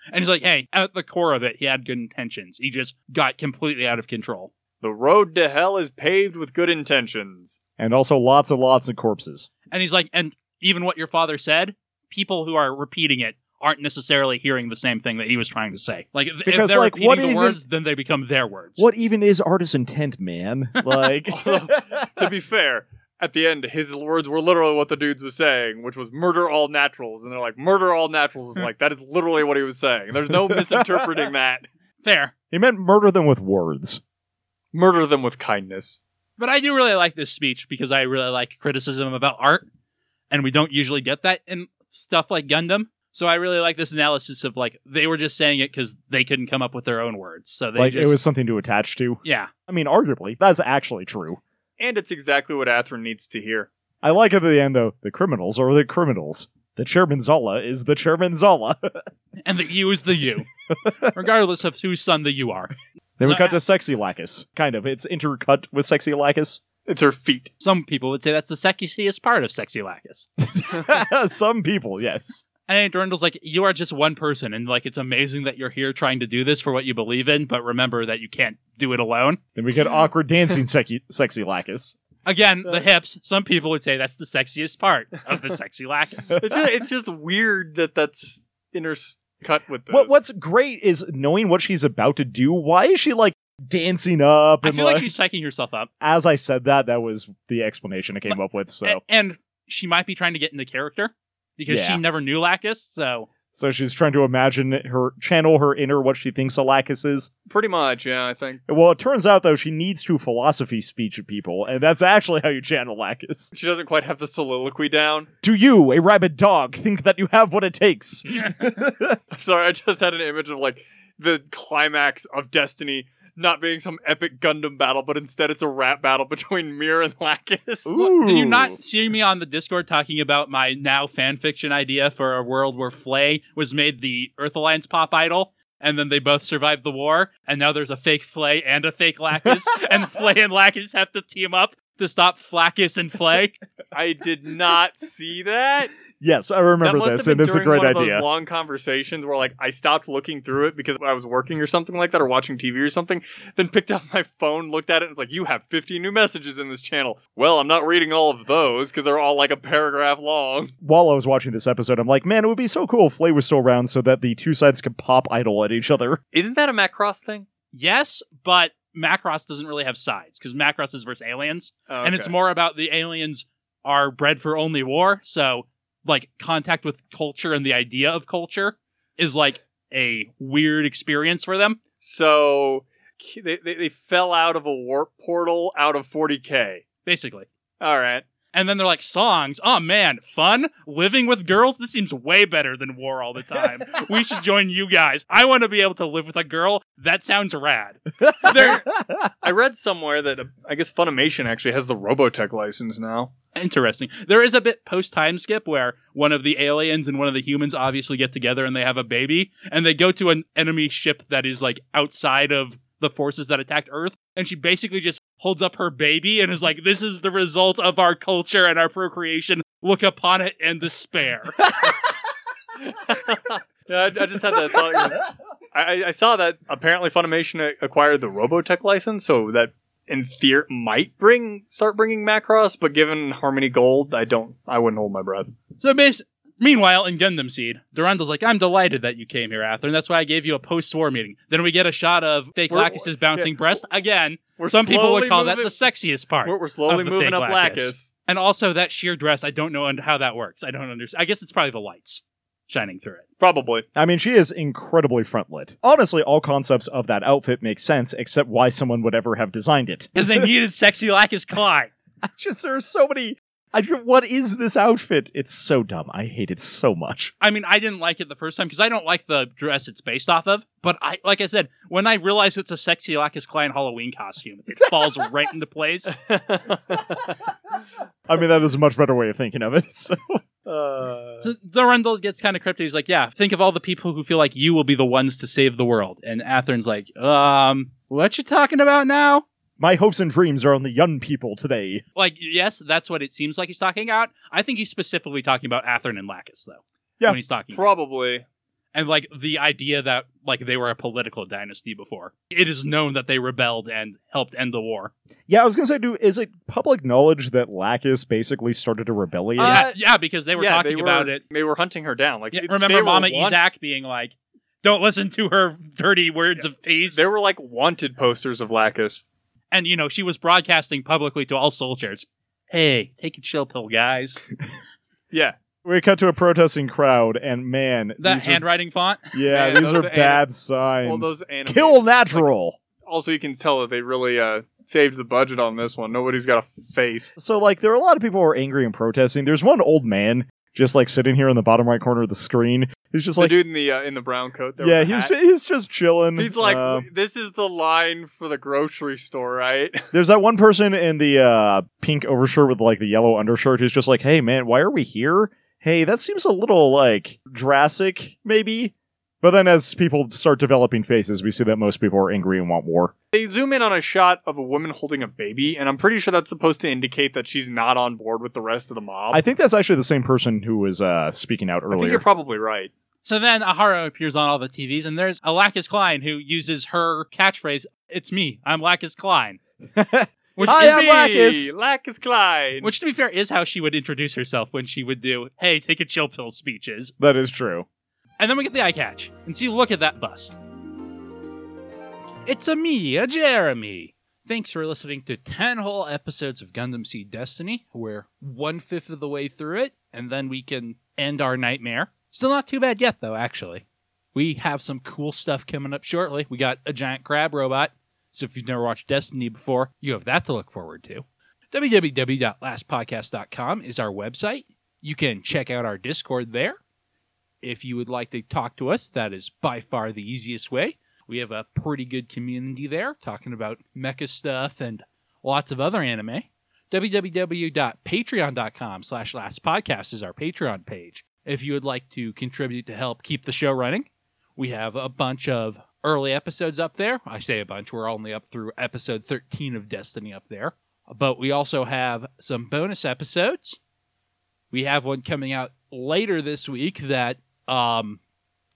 Speaker 2: And he's like, hey, at the core of it, he had good intentions. He just got completely out of control.
Speaker 4: The road to hell is paved with good intentions.
Speaker 3: And also lots and lots of corpses.
Speaker 2: And he's like, and even what your father said, people who are repeating it aren't necessarily hearing the same thing that he was trying to say. Like, if- if
Speaker 3: Because,
Speaker 2: they're
Speaker 3: like,
Speaker 2: repeating
Speaker 3: what
Speaker 2: the
Speaker 3: even-
Speaker 2: words, then they become their words.
Speaker 3: What even is artist intent, man? Like,
Speaker 4: to be fair, at the end, his words were literally what the dudes was saying, which was murder all naturals. And they're like, murder all naturals is like, that is literally what he was saying. There's no misinterpreting that.
Speaker 2: Fair.
Speaker 3: he meant murder them with words.
Speaker 4: Murder them with kindness.
Speaker 2: But I do really like this speech because I really like criticism about art, and we don't usually get that in stuff like Gundam. So I really like this analysis of like they were just saying it because they couldn't come up with their own words. So they
Speaker 3: like
Speaker 2: just
Speaker 3: it was something to attach to.
Speaker 2: yeah.
Speaker 3: I mean, arguably, that's actually true.
Speaker 4: And it's exactly what Athrun needs to hear.
Speaker 3: I like at the end though, the criminals are the criminals. The chairman Zola is the chairman Zola.
Speaker 2: And the you is the you, regardless of whose son the you are.
Speaker 3: then we
Speaker 2: So
Speaker 3: cut
Speaker 2: I-
Speaker 3: to sexy Lacus. Kind of, it's intercut with sexy Lacus.
Speaker 4: It's her feet.
Speaker 2: Some people would say that's the sexiest part of Sexy Lacus.
Speaker 3: Some people, yes.
Speaker 2: And Durandal's like, you are just one person, and like it's amazing that you're here trying to do this for what you believe in, but remember that you can't do it alone.
Speaker 3: Then we get awkward dancing sexy, sexy Lacus.
Speaker 2: Again, the hips. Some people would say that's the sexiest part of the Sexy Lacus.
Speaker 4: It's just, it's just weird that that's intercut with this.
Speaker 3: What, what's great is knowing what she's about to do. Why is she like dancing up?
Speaker 2: I
Speaker 3: And
Speaker 2: feel
Speaker 3: like,
Speaker 2: like she's psyching herself up,
Speaker 3: as I said that, that was the explanation I came up with. So,
Speaker 2: A- and, she might be trying to get into character because
Speaker 3: Yeah.
Speaker 2: she never knew Lacus. So
Speaker 3: so she's trying to imagine her channel her inner what she thinks a Lacus is.
Speaker 4: Pretty much, yeah, I think.
Speaker 3: Well, it turns out though she needs to philosophy speech people, and that's actually how you channel Lacus.
Speaker 4: She doesn't quite have the soliloquy down.
Speaker 3: Do you, a rabid dog, think that you have what it takes?
Speaker 4: I'm sorry, I just had an image of like the climax of Destiny not being some epic Gundam battle, but instead it's a rap battle between Mir and Lacus.
Speaker 3: Ooh.
Speaker 2: Did you not see me on the Discord talking about my now fan fiction idea for a world where Flay was made the Earth Alliance pop idol? And then they both survived the war, and now there's a fake Flay and a fake Lacus, and Flay and Lacus have to team up to stop Flacus and Flay.
Speaker 4: I did not see that.
Speaker 3: Yes, I remember
Speaker 4: that must
Speaker 3: this,
Speaker 4: have
Speaker 3: and
Speaker 4: been
Speaker 3: it's a
Speaker 4: during
Speaker 3: great
Speaker 4: one Of
Speaker 3: idea.
Speaker 4: those long conversations where like I stopped looking through it because I was working or something like that, or watching TV or something. Then picked up my phone, looked at it, and it's like, "You have 50 new messages in this channel." Well, I'm not reading all of those because they're all like a paragraph long.
Speaker 3: While I was watching this episode, I'm like, man, it would be so cool if Flay was still around so that the two sides could pop idol at each other.
Speaker 4: Isn't that a Macross thing?
Speaker 2: Yes, but Macross doesn't really have sides because Macross is versus aliens,
Speaker 4: Oh,
Speaker 2: and it's
Speaker 4: okay.
Speaker 2: more about the aliens are bred for only war. So, like, contact with culture and the idea of culture is like a weird experience for them.
Speaker 4: so k- they, they they fell out of a warp portal out of 40k.
Speaker 2: basically.
Speaker 4: All right.
Speaker 2: And then they're like, songs. Oh man, fun living with girls. This seems way better than war all the time. we should join you guys. I want to be able to live with a girl. That sounds rad. They're
Speaker 4: I read somewhere that uh, I guess Funimation actually has the Robotech license now.
Speaker 2: interesting. There is a bit post time skip where one of the aliens and one of the humans obviously get together and they have a baby and they go to an enemy ship that is like outside of the forces that attacked Earth. And she basically just holds up her baby and is like, "This is the result of our culture and our procreation. Look upon it and despair."
Speaker 4: Yeah, I, I just had that thought. 'cause I, I- I saw that apparently Funimation a- acquired the Robotech license, so that in theory might bring start bringing Macross. But given Harmony Gold, I don't. I wouldn't hold my breath.
Speaker 2: So bas- meanwhile, in Gundam Seed, Durandal's like, I'm delighted that you came here, Arthur, and that's why I gave you a post-war meeting. Then we get a shot of fake
Speaker 4: We're-
Speaker 2: Lacus's bouncing breast. Again,
Speaker 4: We're
Speaker 2: some people would
Speaker 4: slowly
Speaker 2: call that
Speaker 4: moving-
Speaker 2: the sexiest part.
Speaker 4: We're, we're slowly
Speaker 2: of the
Speaker 4: moving
Speaker 2: fake
Speaker 4: up
Speaker 2: Lacus.
Speaker 4: Lacus.
Speaker 2: and also that sheer dress, I don't know und- how that works. I don't understand. I guess it's probably the lights shining through it.
Speaker 4: Probably.
Speaker 3: I mean, she is incredibly front lit. Honestly, all concepts of that outfit make sense, except why someone would ever have designed it.
Speaker 2: Because they needed sexy Lacus Klein.
Speaker 3: I just, there are so many. I, what is this outfit? It's so dumb. I hate it so much.
Speaker 2: I mean, I didn't like it the first time because I don't like the dress it's based off of. But I, like I said, when I realized it's a sexy Lacus Klein Halloween costume, it falls right into place.
Speaker 3: I mean, that is a much better way of thinking of it. So.
Speaker 4: Uh,
Speaker 2: So the Rundle gets kind of cryptic. He's like, "Yeah, think of all the people who feel like you will be the ones to save the world." And Atherin's like, "Um, what you talking about now?"
Speaker 3: My hopes and dreams are on the young people today.
Speaker 2: Like, yes, that's what it seems like he's talking about. I think he's specifically talking about Atherin and Lacus, though.
Speaker 3: Yeah.
Speaker 2: when he's talking,
Speaker 4: probably.
Speaker 2: and like the idea that like they were a political dynasty before. It is known that they rebelled and helped end the war.
Speaker 3: Yeah, I was gonna say, do is it public knowledge that Lacus basically started a rebellion?
Speaker 4: Uh,
Speaker 2: yeah, yeah, because they were
Speaker 4: yeah,
Speaker 2: talking
Speaker 4: they
Speaker 2: about
Speaker 4: were,
Speaker 2: it.
Speaker 4: They were hunting her down. Like
Speaker 2: Yeah,
Speaker 4: if they
Speaker 2: remember,
Speaker 4: were
Speaker 2: Mama
Speaker 4: want-
Speaker 2: Isaac being like, "Don't listen to her dirty words of peace."
Speaker 4: They were like wanted posters of Lacus.
Speaker 2: and you know she was broadcasting publicly to all soldiers hey take a chill pill guys
Speaker 4: Yeah.
Speaker 3: we cut to a protesting crowd, and man,
Speaker 2: that
Speaker 3: these are-
Speaker 2: handwriting font
Speaker 3: yeah,
Speaker 4: Man,
Speaker 3: these
Speaker 4: those
Speaker 3: are
Speaker 4: are
Speaker 3: bad signs.
Speaker 4: Well, those anime.
Speaker 3: Kill natural.
Speaker 4: Also, you can tell that they really uh, saved the budget on this one. Nobody's got a face.
Speaker 3: So like there are a lot of people who are angry and protesting. There's one old man just like sitting here in the bottom right corner of the screen. He's just
Speaker 4: the
Speaker 3: like
Speaker 4: dude in the uh, in the brown coat. There
Speaker 3: yeah,
Speaker 4: with the
Speaker 3: he's
Speaker 4: hat.
Speaker 3: he's just chilling.
Speaker 4: He's like,
Speaker 3: Uh,
Speaker 4: this is the line for the grocery store, right?
Speaker 3: there's that one person in the uh, pink overshirt with like the yellow undershirt who's just like, "Hey man, why are we here? Hey, that seems a little like drastic, maybe." But then as people start developing faces, we see that most people are angry and want war.
Speaker 4: They zoom in on a shot of a woman holding a baby, and I'm pretty sure that's supposed to indicate that she's not on board with the rest of the mob.
Speaker 3: I think that's actually the same person who was uh, speaking out
Speaker 4: I think you're
Speaker 3: earlier.
Speaker 4: probably right.
Speaker 2: So then Ahara appears on all the TVs, and there's Alakis Klein who uses her catchphrase, It's me, I'm Lacus Klein. Which,
Speaker 3: Hi,
Speaker 2: is-
Speaker 3: uh I'm
Speaker 4: Hey,
Speaker 3: Lacus.
Speaker 4: Lacus Klein.
Speaker 2: which, to be fair, is how she would introduce herself when she would do, Hey, take a chill pill speeches.
Speaker 3: That is true.
Speaker 2: And then we get the eye catch and see, look at that bust. It's a me, a Jeremy. Thanks for listening to 10 whole episodes of Gundam Seed Destiny. We're one fifth of the way through it, and then we can end our nightmare. Still not too bad yet, though, actually. We have some cool stuff coming up shortly. We got a giant crab robot, so if you've never watched Destiny before, you have that to look forward to. www.lastpodcast.com is our website. You can check out our Discord there. If you would like to talk to us, that is by far the easiest way. We have a pretty good community there talking about mecha stuff and lots of other anime. www.patreon.com slash last podcast is our Patreon page. If you would like to contribute to help keep the show running, we have a bunch of early episodes up there. I say a bunch, we're only up through episode 13 of Destiny up there. But we also have some bonus episodes. We have one coming out later this week that um,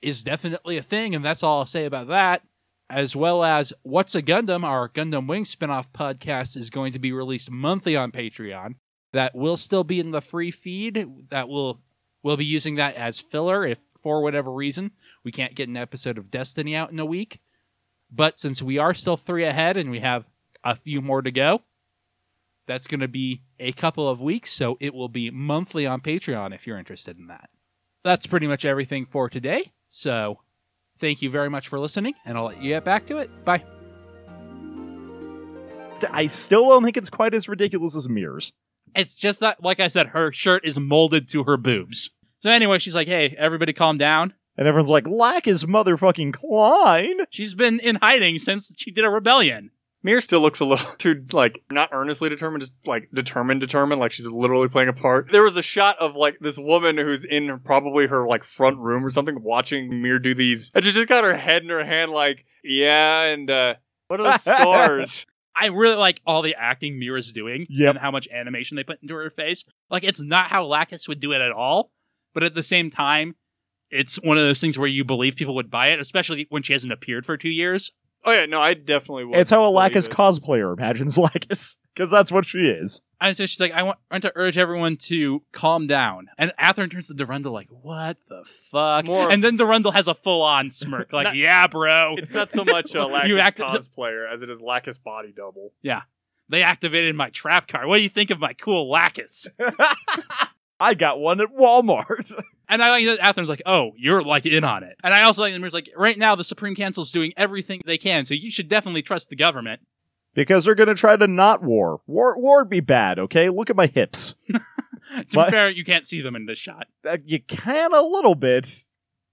Speaker 2: is definitely a thing, and that's all I'll say about that. As well as What's a Gundam, our Gundam Wing spinoff podcast, is going to be released monthly on Patreon. That will still be in the free feed. That will we'll be using that as filler if for whatever reason we can't get an episode of Destiny out in a week. But since we are still three ahead and we have a few more to go, that's going to be a couple of weeks, so it will be monthly on Patreon if you're interested in that. That's pretty much everything for today. So, thank you very much for listening, and I'll let you get back to it. Bye.
Speaker 3: I still don't think it's quite as ridiculous as mirrors.
Speaker 2: It's just that, like I said, her shirt is molded to her boobs. So, anyway, she's like, hey, everybody calm down.
Speaker 3: And everyone's like, Lack is motherfucking Klein.
Speaker 2: She's been in hiding since she did a rebellion.
Speaker 4: Mir still looks a little too like not earnestly determined, just like determined, determined, like she's literally playing a part. There was a shot of like this woman who's in her- probably her like front room or something, watching Mir do these, and she's just got her head in her hand, like yeah, and uh, what are the stars?
Speaker 2: I really like all the acting Mira's doing
Speaker 3: Yep.
Speaker 2: and how much animation they put into her face. Like it's not how Lacus would do it at all, but at the same time, it's one of those things where you believe people would buy it, especially when she hasn't appeared for two years.
Speaker 4: oh yeah, no, I definitely would.
Speaker 3: It's how a
Speaker 4: believe
Speaker 3: Lacus
Speaker 4: it.
Speaker 3: cosplayer imagines Lacus, because that's what she is.
Speaker 2: And so she's like, I want, want to urge everyone to calm down. And Atherton turns to Durandal like, what the fuck?
Speaker 4: More-
Speaker 2: and then Durandal has a full-on smirk like,
Speaker 4: Not-
Speaker 2: yeah, bro.
Speaker 4: It's not so much a
Speaker 2: You
Speaker 4: Lacus
Speaker 2: act-
Speaker 4: cosplayer as it is Lacus body double.
Speaker 2: They activated my trap card. What do you think of my cool Lacus?
Speaker 3: I got one at Walmart.
Speaker 2: And I like that Atherin's like, oh, you're like in on it. And I also like that Mir's like, right now the Supreme Council's doing everything they can, so you should definitely trust the government.
Speaker 3: because they're going to try to not war. War war'd be bad, okay? Look at my hips.
Speaker 2: to be
Speaker 3: But-
Speaker 2: fair, you can't see them in this shot.
Speaker 3: Uh, you can a little bit,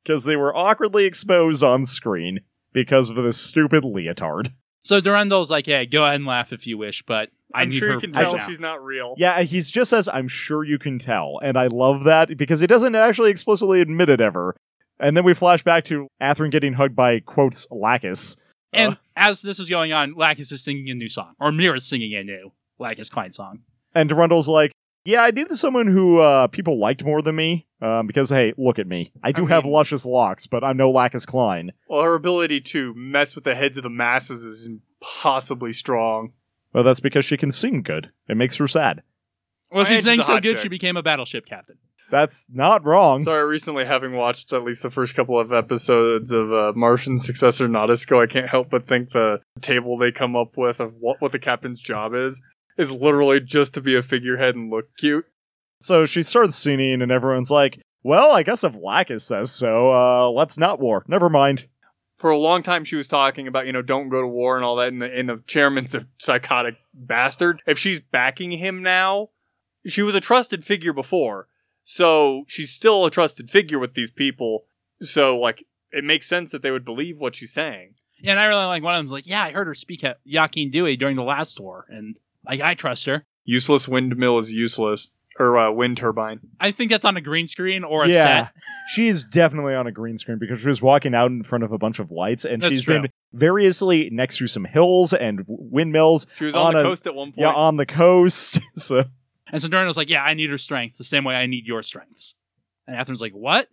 Speaker 3: because they were awkwardly exposed on screen because of this stupid leotard.
Speaker 2: So Durandal's like, hey, go ahead and laugh if you wish, but I
Speaker 4: I'm
Speaker 2: need
Speaker 4: sure
Speaker 2: her
Speaker 4: you can
Speaker 2: right
Speaker 4: tell
Speaker 2: now."
Speaker 4: she's not real.
Speaker 3: Yeah, he just says, I'm sure you can tell. And I love that because he doesn't actually explicitly admit it ever. And then we flash back to Atherin getting hugged by, quotes, Lacus.
Speaker 4: Uh.
Speaker 2: And as this is going on, Lacus is singing a new song, or Mira's singing a new Lacus Klein song.
Speaker 3: And Durandal's like, yeah, I needed someone who uh, people liked more than me. Um, because, hey, look at me. I do
Speaker 4: I
Speaker 3: have
Speaker 4: mean-
Speaker 3: luscious locks, but I'm no Lacus Klein.
Speaker 4: Well, her ability to mess with the heads of the masses is impossibly strong.
Speaker 3: Well, that's because she can sing good. It makes her sad.
Speaker 2: Well,
Speaker 4: And
Speaker 2: she's
Speaker 4: she's
Speaker 2: saying
Speaker 4: a
Speaker 2: so
Speaker 4: hot
Speaker 2: good
Speaker 4: chick.
Speaker 2: she became a battleship captain.
Speaker 3: That's not wrong.
Speaker 4: Sorry, recently having watched at least the first couple of episodes of uh, Martian successor Nautisco, I can't help but think the table they come up with of what, what the captain's job is is literally just to be a figurehead and look cute.
Speaker 3: So she starts singing, and everyone's like, well, I guess if Lacus says so, uh, let's not war. Never mind.
Speaker 4: for a long time she was talking about you know don't go to war and all that and the, and the chairman's a psychotic bastard if she's backing him now she was a trusted figure before so she's still a trusted figure with these people so like it makes sense that they would believe what she's saying
Speaker 2: Yeah, and I really like one of them's like, yeah, I heard her speak at Yakin Dewey during the last war, and like I trust her.
Speaker 4: useless windmill is useless or uh, wind turbine
Speaker 2: I think that's on a green screen or a
Speaker 3: yeah,
Speaker 2: set.
Speaker 3: she is definitely on a green screen because she was walking out in front of a bunch of lights, and
Speaker 2: That's
Speaker 3: she's
Speaker 2: true.
Speaker 3: been variously next to some hills and w- windmills.
Speaker 4: she was on,
Speaker 3: On
Speaker 4: the
Speaker 3: a-
Speaker 4: coast at one point
Speaker 3: Yeah, on the coast. so
Speaker 2: And so Dorno's like, yeah, I need her strength the same way I need your strengths. And Atherin's like, what?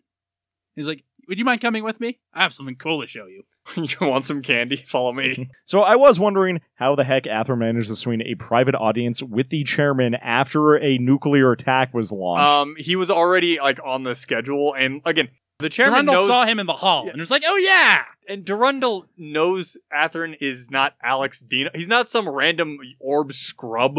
Speaker 2: He's like, would you mind coming with me? I have something cool to show you.
Speaker 4: you want some candy follow me
Speaker 3: So I was wondering how the heck Ather managed to swing a private audience with the chairman after a nuclear attack was launched.
Speaker 4: um he was already like on the schedule and again the chairman
Speaker 2: Durandal
Speaker 4: knows
Speaker 2: saw him in the hall and was like, oh yeah.
Speaker 4: and Durandal knows Atherin is not Alex Dino. He's not some random orb scrub.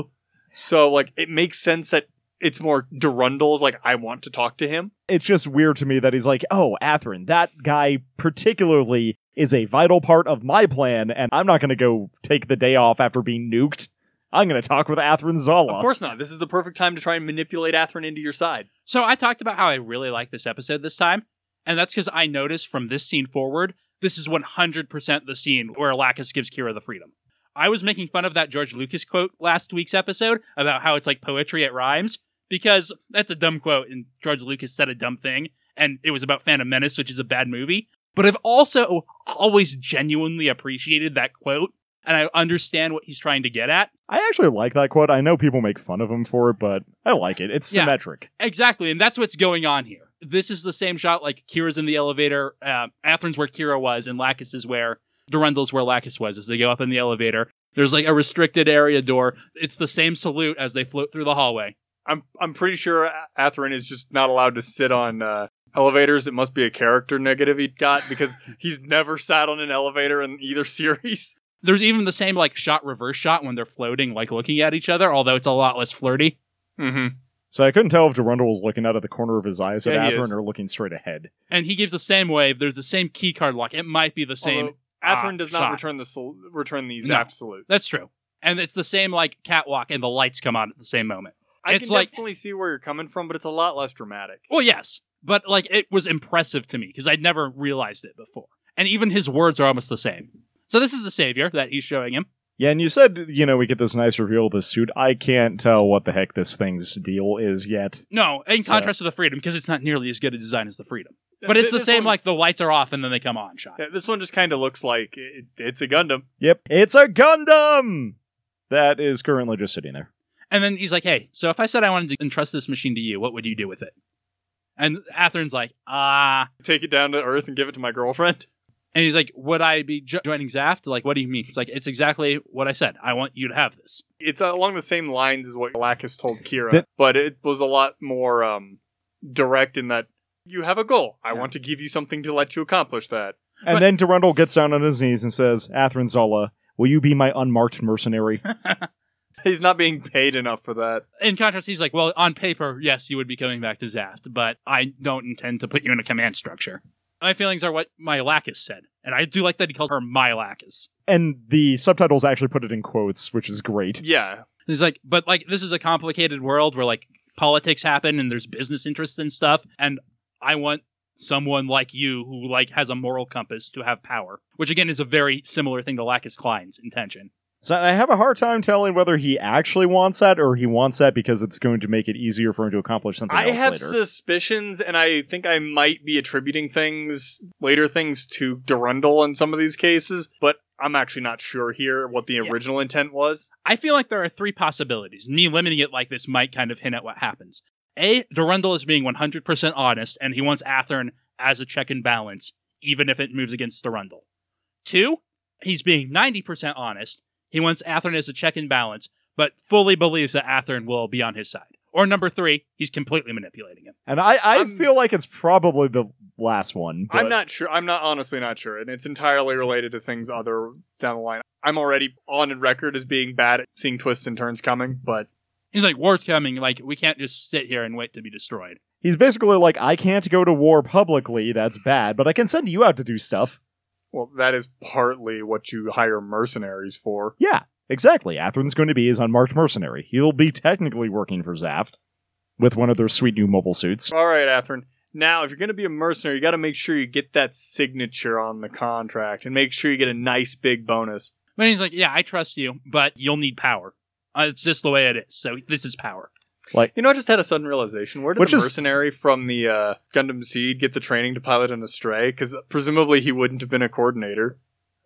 Speaker 4: So like it makes sense that it's more Durandal's like I want to talk to him.
Speaker 3: it's just weird to me that he's like, "Oh, Atherin, that guy particularly is a vital part of my plan, and I'm not going to go take the day off after being nuked. I'm going to talk with Atherin Zala."
Speaker 4: Of course not. This is the perfect time to try and manipulate Atherin into your side.
Speaker 2: So I talked about how I really like this episode this time, and that's because I noticed from this scene forward, this is 100% the scene where Alakis gives Kira the freedom. I was making fun of that George Lucas quote last week's episode about how it's like poetry, it rhymes, because that's a dumb quote, and George Lucas said a dumb thing, and it was about Phantom Menace, which is a bad movie. But I've also always genuinely appreciated that quote, and I understand what he's trying to get at.
Speaker 3: I actually like that quote. I know people make fun of him for it, but I like it. It's
Speaker 2: Yeah.
Speaker 3: symmetric.
Speaker 2: Exactly, and that's what's going on here. This is the same shot like Kira's in the elevator. Uh, Atherin's where Kira was, and Lacus is where Durandal's where Lacus was. As they go up in the elevator, there's like a restricted area door. It's the same salute as they float through the hallway.
Speaker 4: I'm I'm pretty sure A- Atherin is just not allowed to sit on uh, elevators. It must be a character negative he got because he's never sat on an elevator in either series.
Speaker 2: There's even the same like shot reverse shot when they're floating, like looking at each other. Although it's a lot less flirty.
Speaker 4: Mm-hmm.
Speaker 3: So I couldn't tell if Durandal was looking out of the corner of his eyes at
Speaker 4: Yeah, he
Speaker 3: Atherin
Speaker 4: is.
Speaker 3: or looking straight ahead.
Speaker 2: And he gives the same wave. There's the same key card lock. It might be the same.
Speaker 4: Although Atherin
Speaker 2: ah,
Speaker 4: does not
Speaker 2: shot.
Speaker 4: return the sol- return these
Speaker 2: No.
Speaker 4: absolute.
Speaker 2: That's true. And it's the same like catwalk, and the lights come on at the same moment.
Speaker 4: I
Speaker 2: It's
Speaker 4: can
Speaker 2: like-
Speaker 4: definitely see where you're coming from, but it's a lot less dramatic.
Speaker 2: Well, yes, but like it was impressive to me because I'd never realized it before. And even his words are almost the same. So this is the savior that he's showing him.
Speaker 3: Yeah, and you said, you know, we get this nice reveal of the suit. I can't tell what the heck this thing's deal is yet.
Speaker 2: No, in
Speaker 3: So-
Speaker 2: contrast to the freedom, because it's not nearly as good a design as the freedom. But it's
Speaker 4: Th-
Speaker 2: the
Speaker 4: this
Speaker 2: same,
Speaker 4: one-
Speaker 2: like the lights are off and then they come on shot.
Speaker 4: Yeah, this one just kind of looks like it, it's a Gundam.
Speaker 3: Yep, it's a Gundam that is currently just sitting there.
Speaker 2: And then he's like, hey, so if I said I wanted to entrust this machine to you, what would you do with it? And Atherin's like, ah.
Speaker 4: Take it down to Earth and give it to my girlfriend.
Speaker 2: and he's like, would I be jo- joining Zaft? Like, what do you mean? It's like, it's exactly what I said. I want you to have this.
Speaker 4: It's along the same lines as what Lacus told Kira,
Speaker 3: That-
Speaker 4: but it was a lot more um, direct in that you have a goal. I
Speaker 2: Yeah.
Speaker 4: want to give you something to let you accomplish that.
Speaker 3: And
Speaker 2: But-
Speaker 3: then Durandal gets down on his knees and says, Atherin Zala, will you be my unmarked mercenary?
Speaker 4: He's not being paid enough for that.
Speaker 2: in contrast, he's like, well, on paper, yes, you would be coming back to Zaft, but I don't intend to put you in a command structure. My feelings are what Myalakis said, and I do like that he calls her Myalakis.
Speaker 3: and the subtitles actually put it in quotes, which is great.
Speaker 4: Yeah,
Speaker 2: He's like, but like, this is a complicated world where like politics happen and there's business interests and stuff, and I want someone like you who like has a moral compass to have power, which again is a very similar thing to Lacus Klein's intention.
Speaker 3: So I have a hard time telling whether he actually wants that or he wants that because it's going to make it easier for him to accomplish something
Speaker 4: I
Speaker 3: else
Speaker 4: have
Speaker 3: later.
Speaker 4: suspicions, and I think I might be attributing things, later things, to Durandal in some of these cases, but I'm actually not sure here what the original intent was.
Speaker 2: I feel like there are three possibilities. Me limiting it like this might kind of hint at what happens. A, Durandal is being 100% honest, and he wants Athern as a check and balance, even if it moves against Durandal. Two, he's being 90% honest. He wants Athern as a check and balance, but fully believes that Athern will be on his side. Or number three, he's completely manipulating him.
Speaker 3: and I, I
Speaker 4: I'm-
Speaker 3: feel like it's probably the last one. but-
Speaker 4: I'm not sure. I'm not honestly not sure, and it's entirely related to things other down the line. I'm already on record as being bad at seeing twists and turns coming, but
Speaker 2: He's like, war's coming. Like, we can't just sit here and wait to be destroyed.
Speaker 3: He's basically like, I can't go to war publicly. That's bad, but I can send you out to do stuff.
Speaker 4: Well, that is partly what you hire mercenaries for.
Speaker 3: Yeah, exactly. Atherin's going to be his unmarked mercenary. He'll be technically working for Zaft with one of their sweet new mobile suits.
Speaker 4: All right, Atherin. Now, if you're going to be a mercenary, you got to make sure you get that signature on the contract and make sure you get a nice big bonus.
Speaker 2: But he's like, yeah, I trust you, but you'll need power. Uh, it's just the way it is. So this is power.
Speaker 4: You know, I just had a sudden realization. Where did
Speaker 3: Which
Speaker 4: the
Speaker 3: is-
Speaker 4: mercenary from the uh, Gundam Seed get the training to pilot an Astray? Because presumably he wouldn't have been a coordinator.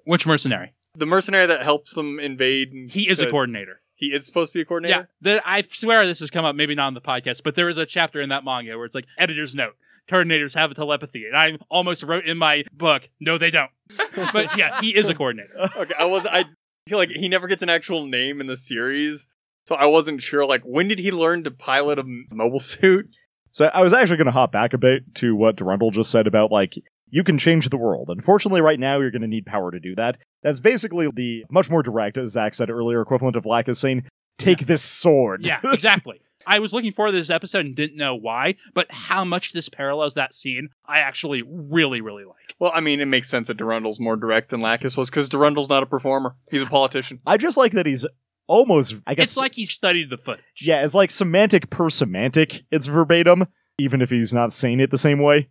Speaker 2: Which mercenary?
Speaker 4: The mercenary that helps them invade. And uh,
Speaker 2: He is a
Speaker 4: to-
Speaker 2: coordinator.
Speaker 4: He is supposed to be a
Speaker 2: Yeah,
Speaker 4: coordinator.
Speaker 2: the, I swear this has come up, maybe not on the podcast, but there is a chapter in that manga where it's like, editor's note, coordinators have a telepathy. And I almost wrote in my book, no, they don't. but yeah, he is a coordinator.
Speaker 4: okay, I was. I feel like he never gets an actual name in the series, so I wasn't sure. Like, when did he learn to pilot a m- mobile suit?
Speaker 3: So I was actually going to hop back a bit to what Durandal just said about like you can change the world. Unfortunately, right now you're going to need power to do that. That's basically the much more direct, as Zach said earlier, equivalent of Lack is saying, "Take this sword."
Speaker 2: Yeah, exactly. I was looking for this episode and didn't know why, but how much this parallels that scene, I actually really, really like.
Speaker 4: Well, I mean, it makes sense that Durandal's more direct than Lacus was because Durandal's not a performer; he's a politician.
Speaker 3: I just like that he's almost. I guess
Speaker 2: It's like he studied the footage.
Speaker 3: yeah, it's like semantic per semantic. It's verbatim, even if he's not saying it the same way.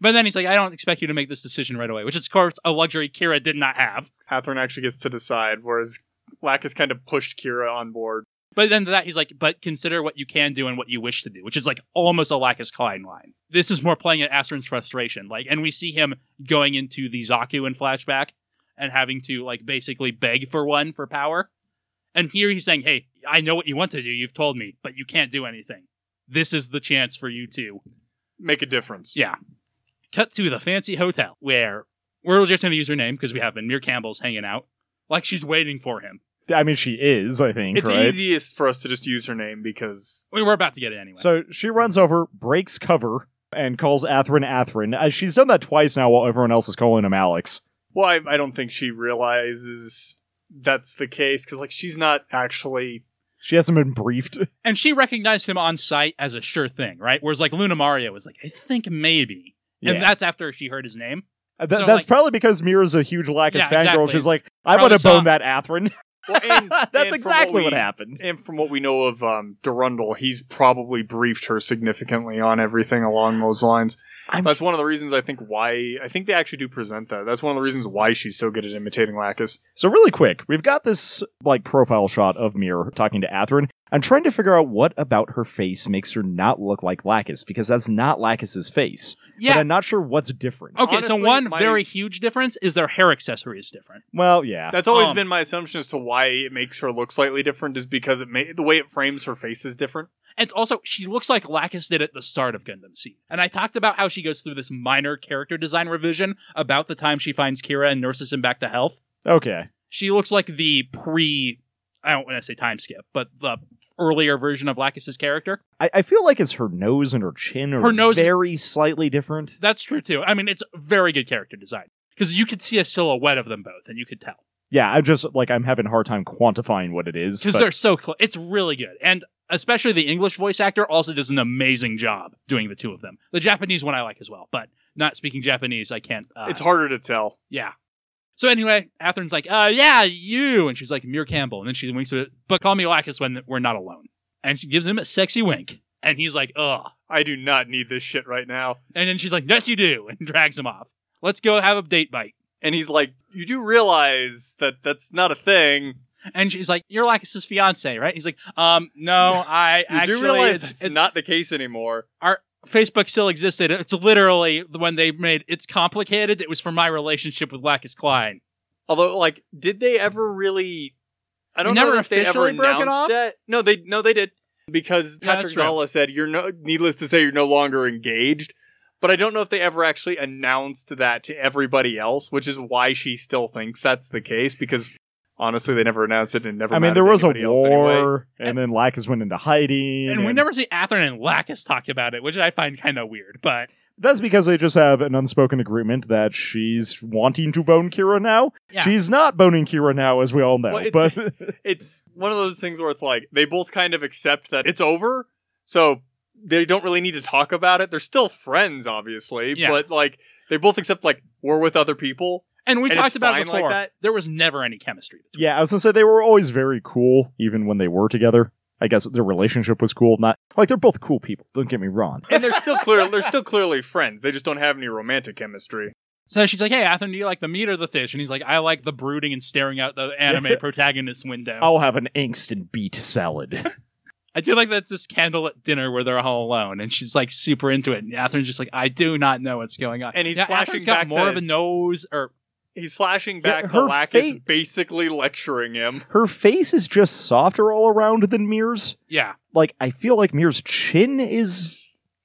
Speaker 2: But then he's like, I don't expect you to make this decision right away, which is, of course, a luxury Kira did not have.
Speaker 4: Hathorn actually gets to decide, whereas Lacus kind of pushed Kira on board.
Speaker 2: But then to that, he's like, but consider what you can do and what you wish to do, which is like almost a Lacus Klein line. This is more playing at Astron's frustration. Like, and we see him going into the Zaku in flashback and having to like basically beg for one for power. And here he's saying, hey, I know what you want to do. You've told me, but you can't do anything. This is the chance for you to
Speaker 4: Make a difference.
Speaker 2: Yeah. Cut to the fancy hotel where we're just going to use her name because we have been. Mir Campbell's hanging out. Like she's waiting for him.
Speaker 3: I mean, she is. I think
Speaker 4: It's
Speaker 3: right.
Speaker 4: easiest for us to just use her name because
Speaker 2: We were about to get it anyway.
Speaker 3: So she runs over, breaks cover, and calls Atherin Atherin. Uh, she's done that twice now while everyone else is calling him Alex.
Speaker 4: Well, I, I don't think she realizes that's the case because, like, she's not actually.
Speaker 3: She hasn't been briefed.
Speaker 2: and she recognized him on site as a sure thing, right? Whereas like Luna Mario was like, I think maybe.
Speaker 3: Yeah.
Speaker 2: And that's after she heard his name.
Speaker 3: Uh, th-
Speaker 2: So,
Speaker 3: that's
Speaker 2: like-
Speaker 3: probably because Mira's a huge Lacus
Speaker 2: Yeah,
Speaker 3: fan girl.
Speaker 2: exactly.
Speaker 3: She's like, I
Speaker 2: Probably
Speaker 3: want to
Speaker 2: saw-
Speaker 3: bone that Atherin.
Speaker 4: Well, and, and
Speaker 3: that's
Speaker 4: from
Speaker 3: exactly what
Speaker 4: we-
Speaker 3: happened.
Speaker 4: And from what we know of um, Durundal, he's probably briefed her significantly on everything along those lines.
Speaker 3: I'm-
Speaker 4: That's one of the reasons I think why I think they actually do present that. That's one of the reasons why she's so good at imitating Lacus.
Speaker 3: So really quick, we've got this like profile shot of Mir talking to Atherin. I'm trying to figure out what about her face makes her not look like Lacus because that's not Lacus's face. But
Speaker 2: Yeah. Oh.
Speaker 3: I'm not sure what's different.
Speaker 2: Okay, so
Speaker 4: honestly,
Speaker 2: one
Speaker 4: my-
Speaker 2: very huge difference is their hair accessory is different.
Speaker 3: Well, yeah.
Speaker 4: That's always
Speaker 2: Um,
Speaker 4: been my assumption as to why it makes her look slightly different is because it may, the way it frames her face is different.
Speaker 2: And also, she looks like Lacus did at the start of Gundam Seed. And I talked about how she goes through this minor character design revision about the time she finds Kira and nurses him back to health.
Speaker 3: Okay.
Speaker 2: she looks like the pre I don't want to say time skip, but the earlier version of Lacus's character.
Speaker 3: I, I feel like it's her nose and her chin are
Speaker 2: Her nose-
Speaker 3: very slightly different.
Speaker 2: That's true too. I mean, it's very good character design because you could see a silhouette of them both and you could tell
Speaker 3: Yeah, I'm just like I'm having a hard time quantifying what it is.
Speaker 2: because
Speaker 3: but-
Speaker 2: they're so close. It's really good. And especially the English voice actor also does an amazing job doing the two of them. The Japanese one I like as well, but not speaking Japanese, I can't. Uh,
Speaker 4: it's harder to tell.
Speaker 2: Yeah. So anyway, Atherin's like, uh, yeah, you. And she's like, Muir Campbell. And then she winks at it, but call me Lacus when we're not alone. And she gives him a sexy wink. And he's like, ugh.
Speaker 4: I do not need this shit right now.
Speaker 2: And then she's like, yes, you do. And drags him off. Let's go have a date bite.
Speaker 4: And he's like, You do realize that that's not a thing.
Speaker 2: And she's like, you're Lacus's fiance, right? He's like, um, no, I
Speaker 4: You
Speaker 2: actually,
Speaker 4: do realize
Speaker 2: it's,
Speaker 4: it's
Speaker 2: it's-
Speaker 4: not the case anymore.
Speaker 2: Facebook still existed. It's literally when they made It's Complicated. It was for my relationship with Lacus Klein.
Speaker 4: Although, like, did they ever really? I don't
Speaker 2: never
Speaker 4: know if they ever
Speaker 2: officially broke it
Speaker 4: announced
Speaker 2: off?
Speaker 4: that. No, they no they did because
Speaker 2: Yeah,
Speaker 4: Patrick
Speaker 2: that's true.
Speaker 4: Zala said you're no. Needless to say, you're no longer engaged. But I don't know if they ever actually announced that to everybody else, which is why she still thinks that's the case. Because honestly, they never announced it and never.
Speaker 3: I mean,
Speaker 4: mattered
Speaker 3: there
Speaker 4: to
Speaker 3: was a
Speaker 4: anybody else anyway.
Speaker 3: war, and then Lacus went into hiding.
Speaker 2: And we never see Atherin and Lacus talk about it, which I find kind of weird, but
Speaker 3: That's because they just have an unspoken agreement that she's wanting to bone Kira now.
Speaker 2: Yeah.
Speaker 3: She's not boning Kira now, as we all know.
Speaker 4: Well, it's-
Speaker 3: but
Speaker 4: It's one of those things where it's like they both kind of accept that it's over, so they don't really need to talk about it. They're still friends, obviously,
Speaker 2: Yeah.
Speaker 4: but like they both accept like we're with other people.
Speaker 2: And we
Speaker 4: And
Speaker 2: talked
Speaker 4: it's
Speaker 2: about it
Speaker 4: fine like
Speaker 2: before.
Speaker 4: that?
Speaker 2: There was never any chemistry. between
Speaker 3: Yeah, I was gonna say they were always very cool, even when they were together. I guess their relationship was cool. Not like they're both cool people. Don't get me wrong.
Speaker 4: and they're still clear. They're still clearly friends. They just don't have any romantic chemistry.
Speaker 2: So she's like, "Hey, Athen, do you like the meat or the fish?" And he's like, "I like the brooding and staring out the anime protagonist's window."
Speaker 3: I'll have an angst and beet salad.
Speaker 2: I do like that's this candle at dinner where they're all alone, and she's like super into it. And Atherin's just like, "I do not know what's going on."
Speaker 4: And he's
Speaker 2: Now,
Speaker 4: flashing
Speaker 2: Atherin's got
Speaker 4: back
Speaker 2: more
Speaker 4: to-
Speaker 2: of a nose, or
Speaker 4: He's flashing
Speaker 3: Yeah,
Speaker 4: back to
Speaker 3: her
Speaker 4: Lack is
Speaker 3: fate-
Speaker 4: basically lecturing him.
Speaker 3: Her face is just softer all around than Mir's.
Speaker 2: yeah,
Speaker 3: Like I feel like Mir's chin is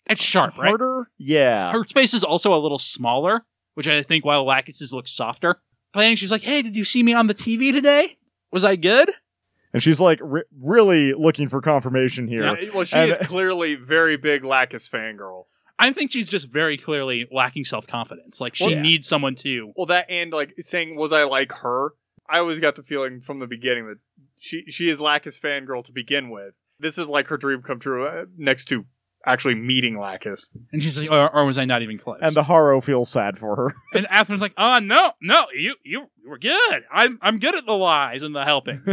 Speaker 2: it's sharp, right?
Speaker 3: harder. Yeah.
Speaker 2: Her space is also a little smaller, which I think while Lacus's looks softer. But then she's like, "Hey, did you see me on the TV today? Was I good?"
Speaker 3: and she's like re- really looking for confirmation here.
Speaker 4: Yeah, Uh, well, she
Speaker 3: And-
Speaker 4: is clearly very big Lacus fangirl.
Speaker 2: I think she's just very clearly lacking self confidence. Like she
Speaker 3: Well, yeah.
Speaker 2: needs someone to
Speaker 4: Well, that and like saying, "Was I like her?" I always got the feeling from the beginning that she she is Lacus fangirl to begin with. This is like her dream come true. Uh, next to actually meeting Lacus,
Speaker 2: And she's like, or, or was I not even close?
Speaker 3: And the Haro feels sad for her.
Speaker 2: and Atherin's like, oh no, no, you you you were good. I'm I'm good at the lies and the helping.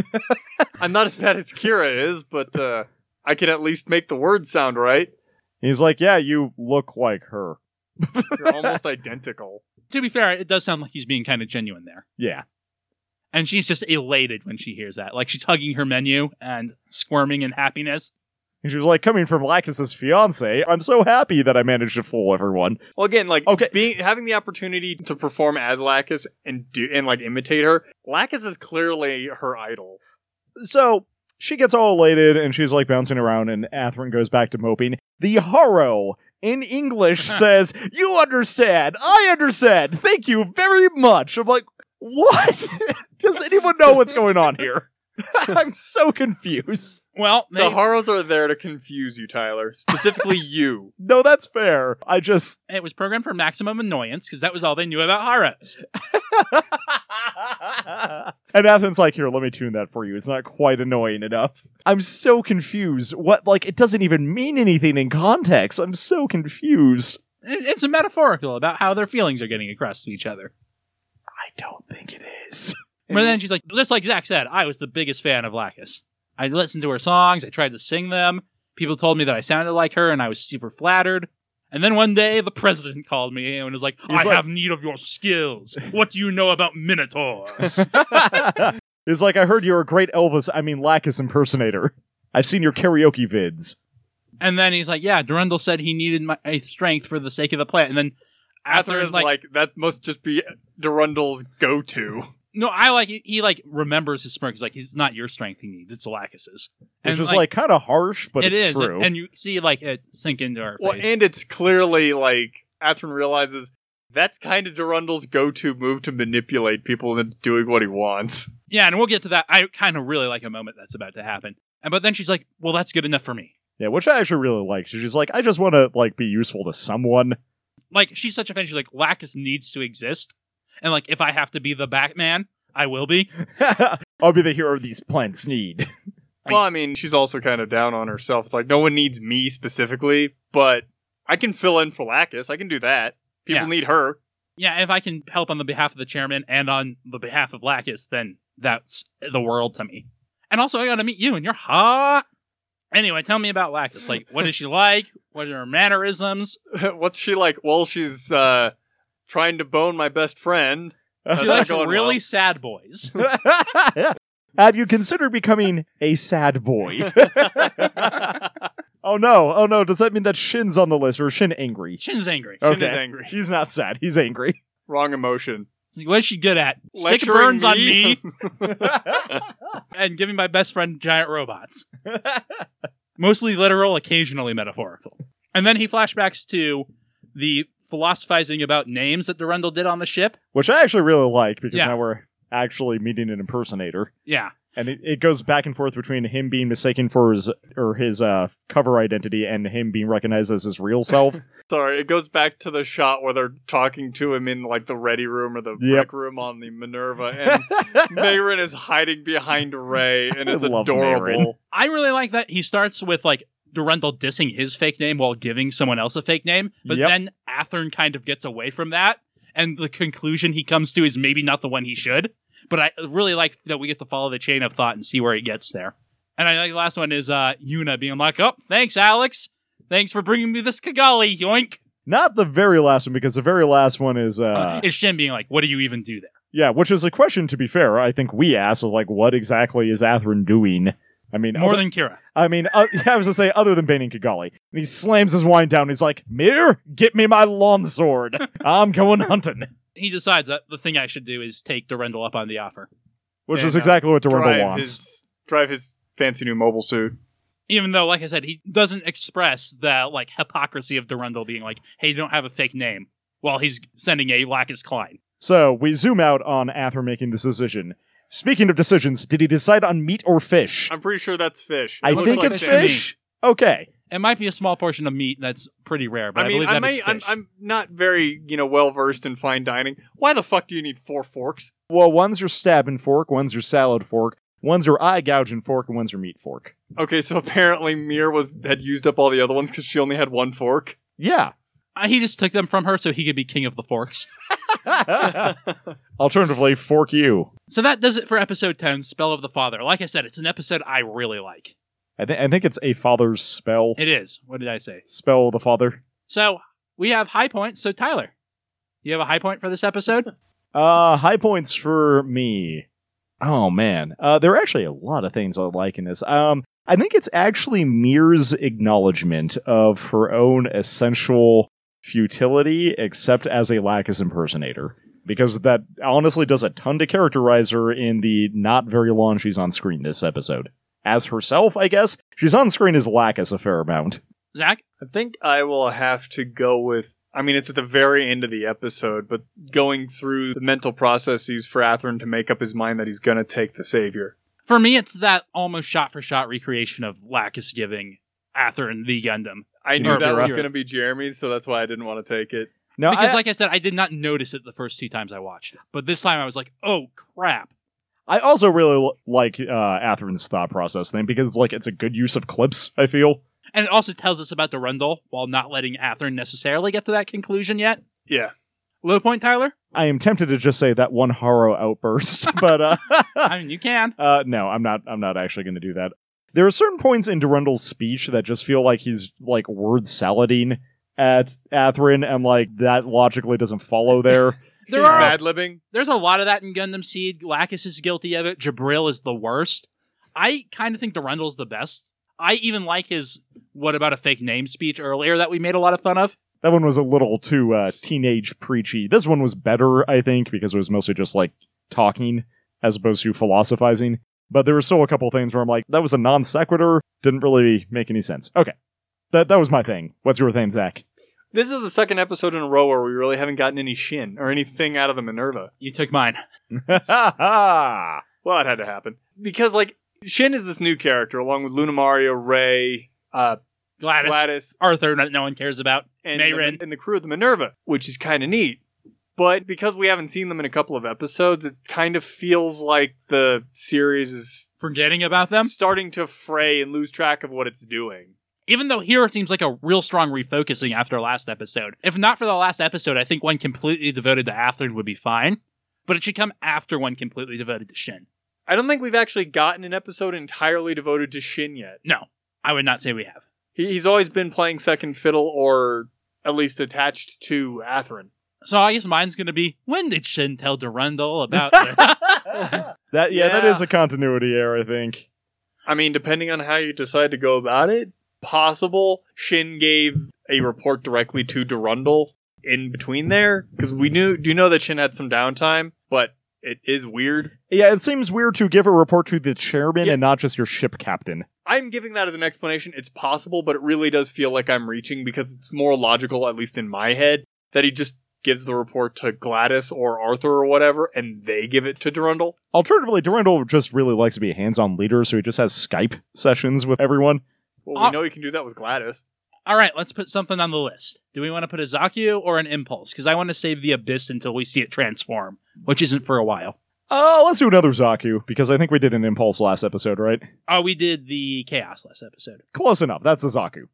Speaker 4: I'm not as bad as Kira is, but uh, I can at least make the words sound right.
Speaker 3: He's like, "Yeah, you look like her."
Speaker 4: You're almost identical.
Speaker 2: to be fair, it does sound like he's being kind of genuine there.
Speaker 3: Yeah.
Speaker 2: And she's just elated when she hears that. Like she's hugging her menu and squirming in happiness.
Speaker 3: And she was like, "Coming from Lacus's fiance, I'm so happy that I managed to fool everyone."
Speaker 4: Well, again, like
Speaker 3: Okay.
Speaker 4: being having the opportunity to perform as Lacus and do and like imitate her. Lacus is clearly her idol.
Speaker 3: so she gets all elated and she's like bouncing around and Atherin goes back to moping. The Haro in English says, You understand, I understand, thank you very much. I'm like, What? Does anyone know what's going on here? I'm so confused.
Speaker 2: Well, they,
Speaker 4: The Haros are there to confuse you, Tyler. Specifically, you.
Speaker 3: No, that's fair. I just
Speaker 2: it was programmed for maximum annoyance because that was all they knew about Haros.
Speaker 3: and Athens like, here, let me tune that for you. It's not quite annoying enough. I'm so confused. What like it doesn't even mean anything in context. I'm so confused.
Speaker 2: It- It's metaphorical about how their feelings are getting across to each other.
Speaker 3: I don't think it is.
Speaker 2: But then she's like, just like Zach said, I was the biggest fan of Lacus. I listened to her songs, I tried to sing them. People told me that I sounded like her, and I was super flattered. And then one day, the president called me and was like,
Speaker 3: He's
Speaker 2: I
Speaker 3: like-
Speaker 2: have need of your skills. What do you know about Minotaurs?
Speaker 3: it's like I heard you're a great Elvis, I mean Lacus impersonator. I've seen your karaoke vids.
Speaker 2: and then he's like, Yeah, Durandal said he needed my my strength for the sake of the plant. And then
Speaker 4: Ather
Speaker 2: Atherin
Speaker 4: is like, that must just be Durundel's go-to.
Speaker 2: No, I like he like remembers his smirk. He's like, he's not your strength he needs, it's Lacus's.
Speaker 3: Which was like, kind of harsh, but
Speaker 2: it
Speaker 3: it's
Speaker 2: is,
Speaker 3: true.
Speaker 2: And you see like it sink into our
Speaker 4: Well,
Speaker 2: face.
Speaker 4: and it's clearly like Atrin realizes that's kind of Durundel's go-to move to manipulate people into doing what he wants.
Speaker 2: Yeah, and we'll get to that. I kind of really like a moment that's about to happen. And but then she's like, "Well, that's good enough for me."
Speaker 3: yeah, which I actually really liked. She's like, I just want to like be useful to someone.
Speaker 2: Like she's such a fan. She's like, "Lacus needs to exist," and like if I have to be the Batman, I will be.
Speaker 3: I'll be the hero these plants need.
Speaker 4: Well, I mean, she's also kind of down on herself. It's like no one needs me specifically, but I can fill in for Lacus. I can do that. People
Speaker 2: Yeah.
Speaker 4: need her.
Speaker 2: Yeah, if I can help on the behalf of the chairman and on the behalf of Lacus, then that's the world to me. And also, I got to meet you, and you're hot. Anyway, tell me about Lacus. Like, what is she like? What are her mannerisms?
Speaker 4: What's she like? Well, she's uh, trying to bone my best friend.
Speaker 2: She
Speaker 4: That's not
Speaker 2: likes
Speaker 4: going
Speaker 2: really
Speaker 4: well.
Speaker 2: sad boys.
Speaker 3: Have you considered becoming a sad boy? oh no, oh no, does that mean that Shin's on the list or is Shin angry?
Speaker 2: Shin's angry.
Speaker 3: Oh.
Speaker 4: Shin is
Speaker 3: Okay.
Speaker 4: angry.
Speaker 3: He's not sad, he's angry.
Speaker 4: Wrong emotion.
Speaker 2: She's like, What is she good at? Sick
Speaker 4: Lecturing
Speaker 2: burns on
Speaker 4: me?
Speaker 2: me. and giving my best friend giant robots. Mostly literal, occasionally metaphorical. And then he flashbacks to the philosophizing about names that Durandal did on the ship.
Speaker 3: Which I actually really like because
Speaker 2: Yeah.
Speaker 3: now we're actually meeting an impersonator.
Speaker 2: Yeah.
Speaker 3: And it, it goes back and forth between him being mistaken for his or his uh, cover identity and him being recognized as his real self.
Speaker 4: Sorry, it goes back to the shot where they're talking to him in like the ready room or the
Speaker 3: Yep.
Speaker 4: rec room on the Minerva, and Mayrin is hiding behind Ray, and
Speaker 3: I
Speaker 4: it's
Speaker 3: love
Speaker 4: adorable.
Speaker 2: I really like that he starts with like Durandal dissing his fake name while giving someone else a fake name, but
Speaker 3: Yep.
Speaker 2: then Athern kind of gets away from that and the conclusion he comes to is maybe not the one he should. But I really like that we get to follow the chain of thought and see where it gets there. And I like the last one is uh, Yuna being like, "Oh, thanks, Alex. Thanks for bringing me this Kigali." Yoink.
Speaker 3: Not the very last one, because the very last one is, uh,
Speaker 2: Uh, it's Shin being like, "What do you even do there?"
Speaker 3: yeah, which is a question, to be fair, I think we asked, is like, what exactly is Athrun doing? I mean,
Speaker 2: More
Speaker 3: other-
Speaker 2: than Kira.
Speaker 3: I mean, uh, I was to say, other than Baning Kigali. And he slams his wine down. He's like, Mir, get me my lawn sword. I'm going hunting.
Speaker 2: He decides that the thing I should do is take Durendal up on the offer.
Speaker 3: Which
Speaker 4: Yeah,
Speaker 3: is
Speaker 4: no.
Speaker 3: exactly what Dorinda
Speaker 4: uh, drive
Speaker 3: wants.
Speaker 4: his, drive his fancy new mobile suit.
Speaker 2: Even though, like I said, he doesn't express the like hypocrisy of Durendal being like, "Hey, you don't have a fake name," while he's sending a Lacus Klein.
Speaker 3: So we zoom out on Ather making this decision. Speaking of decisions, did he decide on meat or fish?
Speaker 4: I'm pretty sure that's fish. It
Speaker 3: I
Speaker 4: looks
Speaker 3: think
Speaker 4: like
Speaker 3: it's
Speaker 4: salmon.
Speaker 3: fish. Okay.
Speaker 2: It might be a small portion of meat that's pretty rare, but I,
Speaker 4: I mean,
Speaker 2: believe
Speaker 4: I
Speaker 2: that is
Speaker 4: may, I'm,
Speaker 2: fish.
Speaker 4: I'm not very, you know, well versed in fine dining. Why the fuck do you need four forks?
Speaker 3: Well, one's your stabbing fork, one's your salad fork, one's your eye gouging fork, and one's your meat fork.
Speaker 4: Okay, so apparently Mir was had used up all the other ones because she only had one fork.
Speaker 3: Yeah.
Speaker 2: Uh, he just took them from her so he could be king of the forks.
Speaker 3: Alternatively, fork you.
Speaker 2: So that does it for episode 10, Spell of the Father. Like I said, it's an episode I really like.
Speaker 3: I, th- I think it's a father's spell.
Speaker 2: It is. What did I say?
Speaker 3: Spell of the father.
Speaker 2: So we have high points. So, Tyler, you have a high point for this episode?
Speaker 3: Uh, high points for me. Oh man, uh, there are actually a lot of things I like in this. Um, I think it's actually Mir's acknowledgement of her own essential futility, except as a Lacus impersonator, because that honestly does a ton to characterize her in the not very long she's on screen this episode. As herself, I guess she's on screen as Lacus a fair amount.
Speaker 2: Zach?
Speaker 4: I think I will have to go with. I mean, it's at the very end of the episode, but going through the mental processes for Atherin to make up his mind that he's going to take the Savior.
Speaker 2: For me, it's that almost shot for shot recreation of Lacus giving Atherin the Gundam.
Speaker 4: I
Speaker 3: You
Speaker 4: knew
Speaker 3: know,
Speaker 4: that
Speaker 3: Vera.
Speaker 4: was going to be Jeremy, so that's why I didn't want to take it.
Speaker 3: Now,
Speaker 2: because,
Speaker 3: I,
Speaker 2: like I said, I did not notice it the first two times I watched it. But this time I was like, oh, crap.
Speaker 3: I also really l- like uh, Atherin's thought process thing because like it's a good use of clips. I feel.
Speaker 2: And it also tells us about Durendal while not letting Atherin necessarily get to that conclusion yet.
Speaker 4: Yeah.
Speaker 2: Low point, Tyler?
Speaker 3: I am tempted to just say that one horror outburst, but uh,
Speaker 2: I mean, you can.
Speaker 3: uh, no, I'm not. I'm not actually going to do that. There are certain points in Durandal's speech that just feel like he's like word salading at Atherin, and like that logically doesn't follow there.
Speaker 2: There
Speaker 4: he's
Speaker 2: are
Speaker 4: mad libbing.
Speaker 2: there's a lot of that in Gundam Seed. Lacus is guilty of it. Jabril is the worst. I kind of think Durendal's the best. I even like his "What about a fake name?" speech earlier that we made a lot of fun of.
Speaker 3: that one was a little too uh, teenage preachy. This one was better, I think, because it was mostly just like talking as opposed to philosophizing. But there were still a couple things where I'm like, that was a non sequitur. Didn't really make any sense. Okay, that that was my thing. What's your thing, Zach?
Speaker 4: This is the second episode in a row where we really haven't gotten any shin or anything out of the Minerva.
Speaker 2: You took mine.
Speaker 4: Well, it had to happen. Because, like, Shin is this new character along with Lunamaria, Ray, uh,
Speaker 2: Gladys,
Speaker 4: Gladys,
Speaker 2: Arthur, that no one cares about.
Speaker 4: and,
Speaker 2: Mayrin.
Speaker 4: the, and the crew of the Minerva, which is kind of neat. But because we haven't seen them in a couple of episodes, it kind of feels like the series is
Speaker 2: Forgetting about them,
Speaker 4: starting to fray and lose track of what it's doing.
Speaker 2: even though here it seems like a real strong refocusing after last episode. If not for the last episode, I think one completely devoted to Athlon would be fine. But it should come after one completely devoted to Shin.
Speaker 4: I don't think we've actually gotten an episode entirely devoted to Shin yet.
Speaker 2: No, I would not say we have.
Speaker 4: He, he's always been playing second fiddle or at least attached to Atherin.
Speaker 2: So I guess mine's gonna be when did Shin tell Durendal about this?
Speaker 3: That yeah, that
Speaker 4: Yeah.
Speaker 3: is a continuity error, I think.
Speaker 4: I mean, depending on how you decide to go about it, possible Shin gave a report directly to Durundal in between there because we knew do know that Shin had some downtime, but it is weird.
Speaker 3: Yeah, it seems weird to give a report to the chairman
Speaker 4: Yeah.
Speaker 3: and not just your ship captain.
Speaker 4: I'm giving that as an explanation. It's possible, but it really does feel like I'm reaching because it's more logical, at least in my head, that he just gives the report to Gladys or Arthur or whatever, and they give it to Durundal.
Speaker 3: Alternatively, Durandal just really likes to be a hands-on leader, so he just has Skype sessions with everyone.
Speaker 4: Well, we
Speaker 2: Uh,
Speaker 4: know he can do that with Gladys.
Speaker 2: All right, let's put something on the list. Do we want to put a Zaku or an Impulse? Because I want to save the Abyss until we see it transform, which isn't for a while.
Speaker 3: Oh, let's do another Zaku because I think we did an impulse last episode, right?
Speaker 2: Oh, we did the Chaos last episode.
Speaker 3: Close enough. That's a Zaku.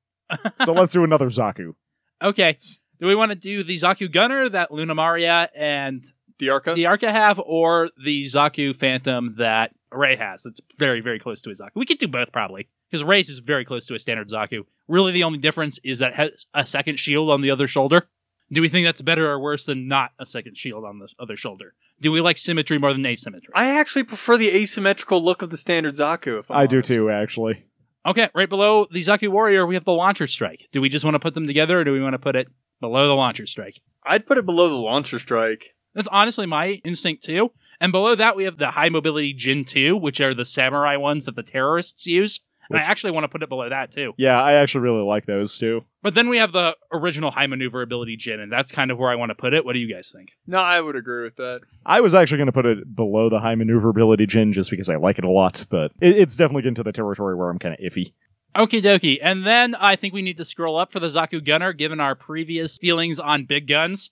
Speaker 3: so let's do another Zaku.
Speaker 2: Okay, Do we want to do the Zaku Gunner that Luna Maria and
Speaker 4: The Arca?
Speaker 2: the Arca have, or the Zaku Phantom that Ray has? That's very, very close to a Zaku. We could do both probably because Ray's is very close to a standard Zaku. Really, the only difference is that it has a second shield on the other shoulder. Do we think that's better or worse than not a second shield on the other shoulder? Do we like symmetry more than asymmetry?
Speaker 4: I actually prefer the asymmetrical look of the standard Zaku. If I'm
Speaker 3: I do
Speaker 4: honest.
Speaker 3: too, actually.
Speaker 2: Okay, right below the Zaku Warrior, we have the Launcher Strike. Do we just want to put them together, or do we want to put it below the Launcher Strike?
Speaker 4: I'd put it below the launcher strike.
Speaker 2: That's honestly my instinct too. And below that, we have the High Mobility Jin 2, which are the samurai ones that the terrorists use. And I
Speaker 3: Which-
Speaker 2: actually want to put it below that too.
Speaker 3: Yeah, I actually really like those too.
Speaker 2: But then we have the original High Maneuverability Jin, and that's kind of where I want to put it. What do you guys think?
Speaker 4: No, I would agree with that.
Speaker 3: I was actually going to put it below the high maneuverability gin just because I like it a lot, but it, it's definitely getting to the territory where I'm kind of iffy.
Speaker 2: Okie dokie. And then I think we need to scroll up for the Zaku Gunner, given our previous feelings on big guns.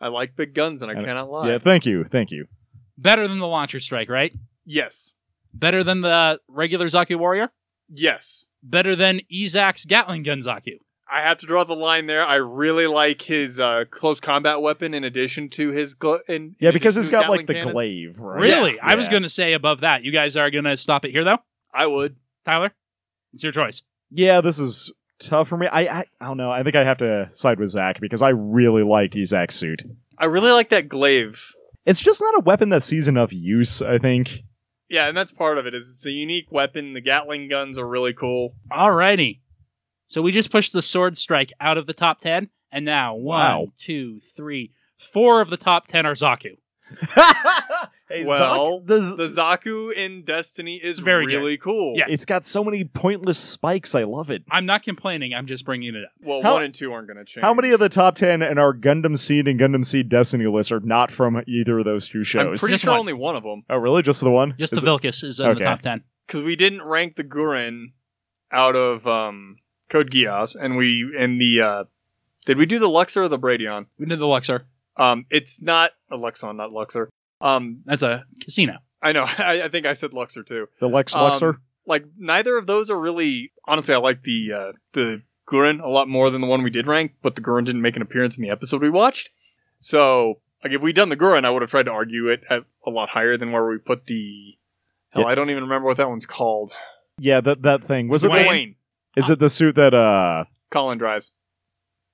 Speaker 4: I like big guns, and I
Speaker 3: And-
Speaker 4: cannot lie.
Speaker 3: Yeah, thank you, thank you.
Speaker 2: Better than the Launcher Strike, right?
Speaker 4: yes,
Speaker 2: Better than the regular Zaku Warrior?
Speaker 4: yes.
Speaker 2: Better than Izak's Gatling Gun Zaku?
Speaker 4: I have to draw the line there. I really like his uh, close combat weapon in addition to his gl- in,
Speaker 3: Yeah,
Speaker 4: in
Speaker 3: because
Speaker 4: addition
Speaker 3: it's
Speaker 4: to
Speaker 3: got like the
Speaker 4: Gatling cannons.
Speaker 3: glaive, right?
Speaker 2: Really? I was
Speaker 3: Yeah.
Speaker 2: going to say above that. You guys are going to stop it here, though?
Speaker 4: I would.
Speaker 2: Tyler, it's your choice.
Speaker 3: Yeah, this is tough for me. I, I I don't know. I think I have to side with Zach because I really liked Zach's suit.
Speaker 4: I really like that glaive.
Speaker 3: It's just not a weapon that sees enough use. I think.
Speaker 4: Yeah, and that's part of it. Is it's a unique weapon. The Gatling guns are really cool.
Speaker 2: Alrighty. So we just pushed the sword strike out of the top 10, and now
Speaker 3: Wow.
Speaker 2: one, two, three, four of the top 10 are Zaku.
Speaker 3: Hey,
Speaker 4: Well,
Speaker 3: Zach, this-
Speaker 4: The Zaku in Destiny is
Speaker 2: It's very good.
Speaker 4: really cool.
Speaker 2: Yeah.
Speaker 3: it's got so many pointless spikes. I love it.
Speaker 2: I'm not complaining, I'm just bringing it up.
Speaker 4: Well,
Speaker 3: How-
Speaker 4: one and two aren't going to change.
Speaker 3: How many of the top ten in our Gundam Seed and Gundam Seed Destiny list are not from either of those two
Speaker 4: I'm
Speaker 3: shows?
Speaker 4: pretty
Speaker 2: Just
Speaker 4: sure
Speaker 2: one.
Speaker 4: only one of them
Speaker 3: oh, really? Just the one?
Speaker 2: Just
Speaker 3: Is
Speaker 2: the
Speaker 3: it-
Speaker 2: Vilcus is in
Speaker 3: Okay.
Speaker 2: the top 10.
Speaker 4: because we didn't rank the Guren out of um, Code Geass, and we and the uh, did we do the Luxor or the Bradion?
Speaker 2: We did the Luxor.
Speaker 4: Um, it's not a Luxon, not Luxor. Um,
Speaker 2: That's a casino.
Speaker 4: I know. I, I think I said Luxor too.
Speaker 3: the Lex
Speaker 4: Um,
Speaker 3: Luxor.
Speaker 4: Like neither of those are really. Honestly, I like the uh, the Gurren a lot more than the one we did rank, but the Gurren didn't make an appearance in the episode we watched. So, like, if we'd done the Gurren, I would have tried to argue it at a lot higher than where we put the. Hell,
Speaker 3: Yeah.
Speaker 4: I don't even remember what that one's called.
Speaker 3: yeah, that that thing was it.
Speaker 2: Gwen.
Speaker 3: The, is it the suit that uh
Speaker 4: Colin drives.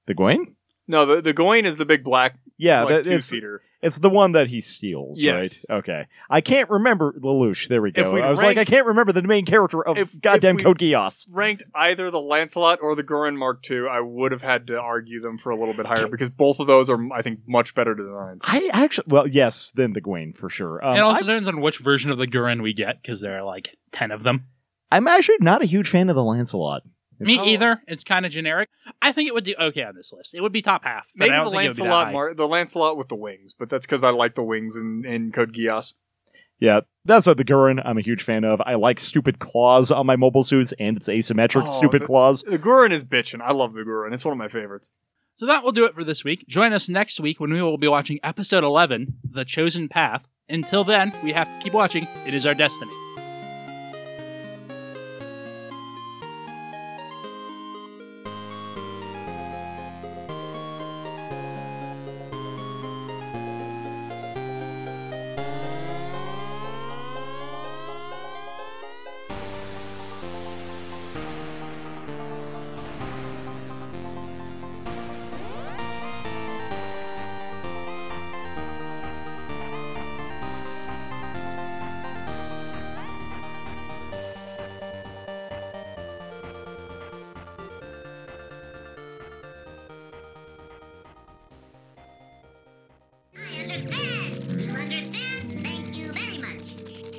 Speaker 3: the Gwain?
Speaker 4: No, the the Gawain is the big black
Speaker 3: Yeah,
Speaker 4: like,
Speaker 3: that,
Speaker 4: two
Speaker 3: it's
Speaker 4: seater.
Speaker 3: It's the one that he steals,
Speaker 4: Yes.
Speaker 3: right? Okay. I can't remember Lelouch. There we
Speaker 4: If
Speaker 3: go.
Speaker 4: we'd
Speaker 3: I was like,
Speaker 4: ranked-
Speaker 3: I can't remember the main character of
Speaker 4: If-
Speaker 3: goddamn
Speaker 4: if we-
Speaker 3: Code Geass.
Speaker 4: ranked either the Lancelot or the Gurren Mark II, I would have had to argue them for a little bit higher because both of those are, I think, much better designed.
Speaker 3: I actually, well, yes, then the Gawain for sure. Um,
Speaker 2: it also
Speaker 3: I,
Speaker 2: depends on which version of the Gurren we get, because there are like 10 of them.
Speaker 3: I'm actually not a huge fan of the Lancelot.
Speaker 2: Me
Speaker 4: Oh.
Speaker 2: either. It's kind of generic. I think it would do okay on this list. It would be top half. but
Speaker 4: Maybe
Speaker 2: I
Speaker 4: the
Speaker 2: don't think it would be that
Speaker 4: Lancelot,
Speaker 2: high.
Speaker 4: Mar- the Lancelot with the wings, but that's because I like the wings in, in Code Geass.
Speaker 3: Yeah, that's what the Gurren I'm a huge fan of. I like stupid claws on my mobile suits, and it's asymmetric
Speaker 4: Oh,
Speaker 3: stupid
Speaker 4: the-
Speaker 3: claws.
Speaker 4: The Gurren is bitchin'. I love the Gurren. It's one of my favorites.
Speaker 2: So that will do it for this week. Join us next week when we will be watching episode 11, The Chosen Path. Until then, we have to keep watching. It is our destiny.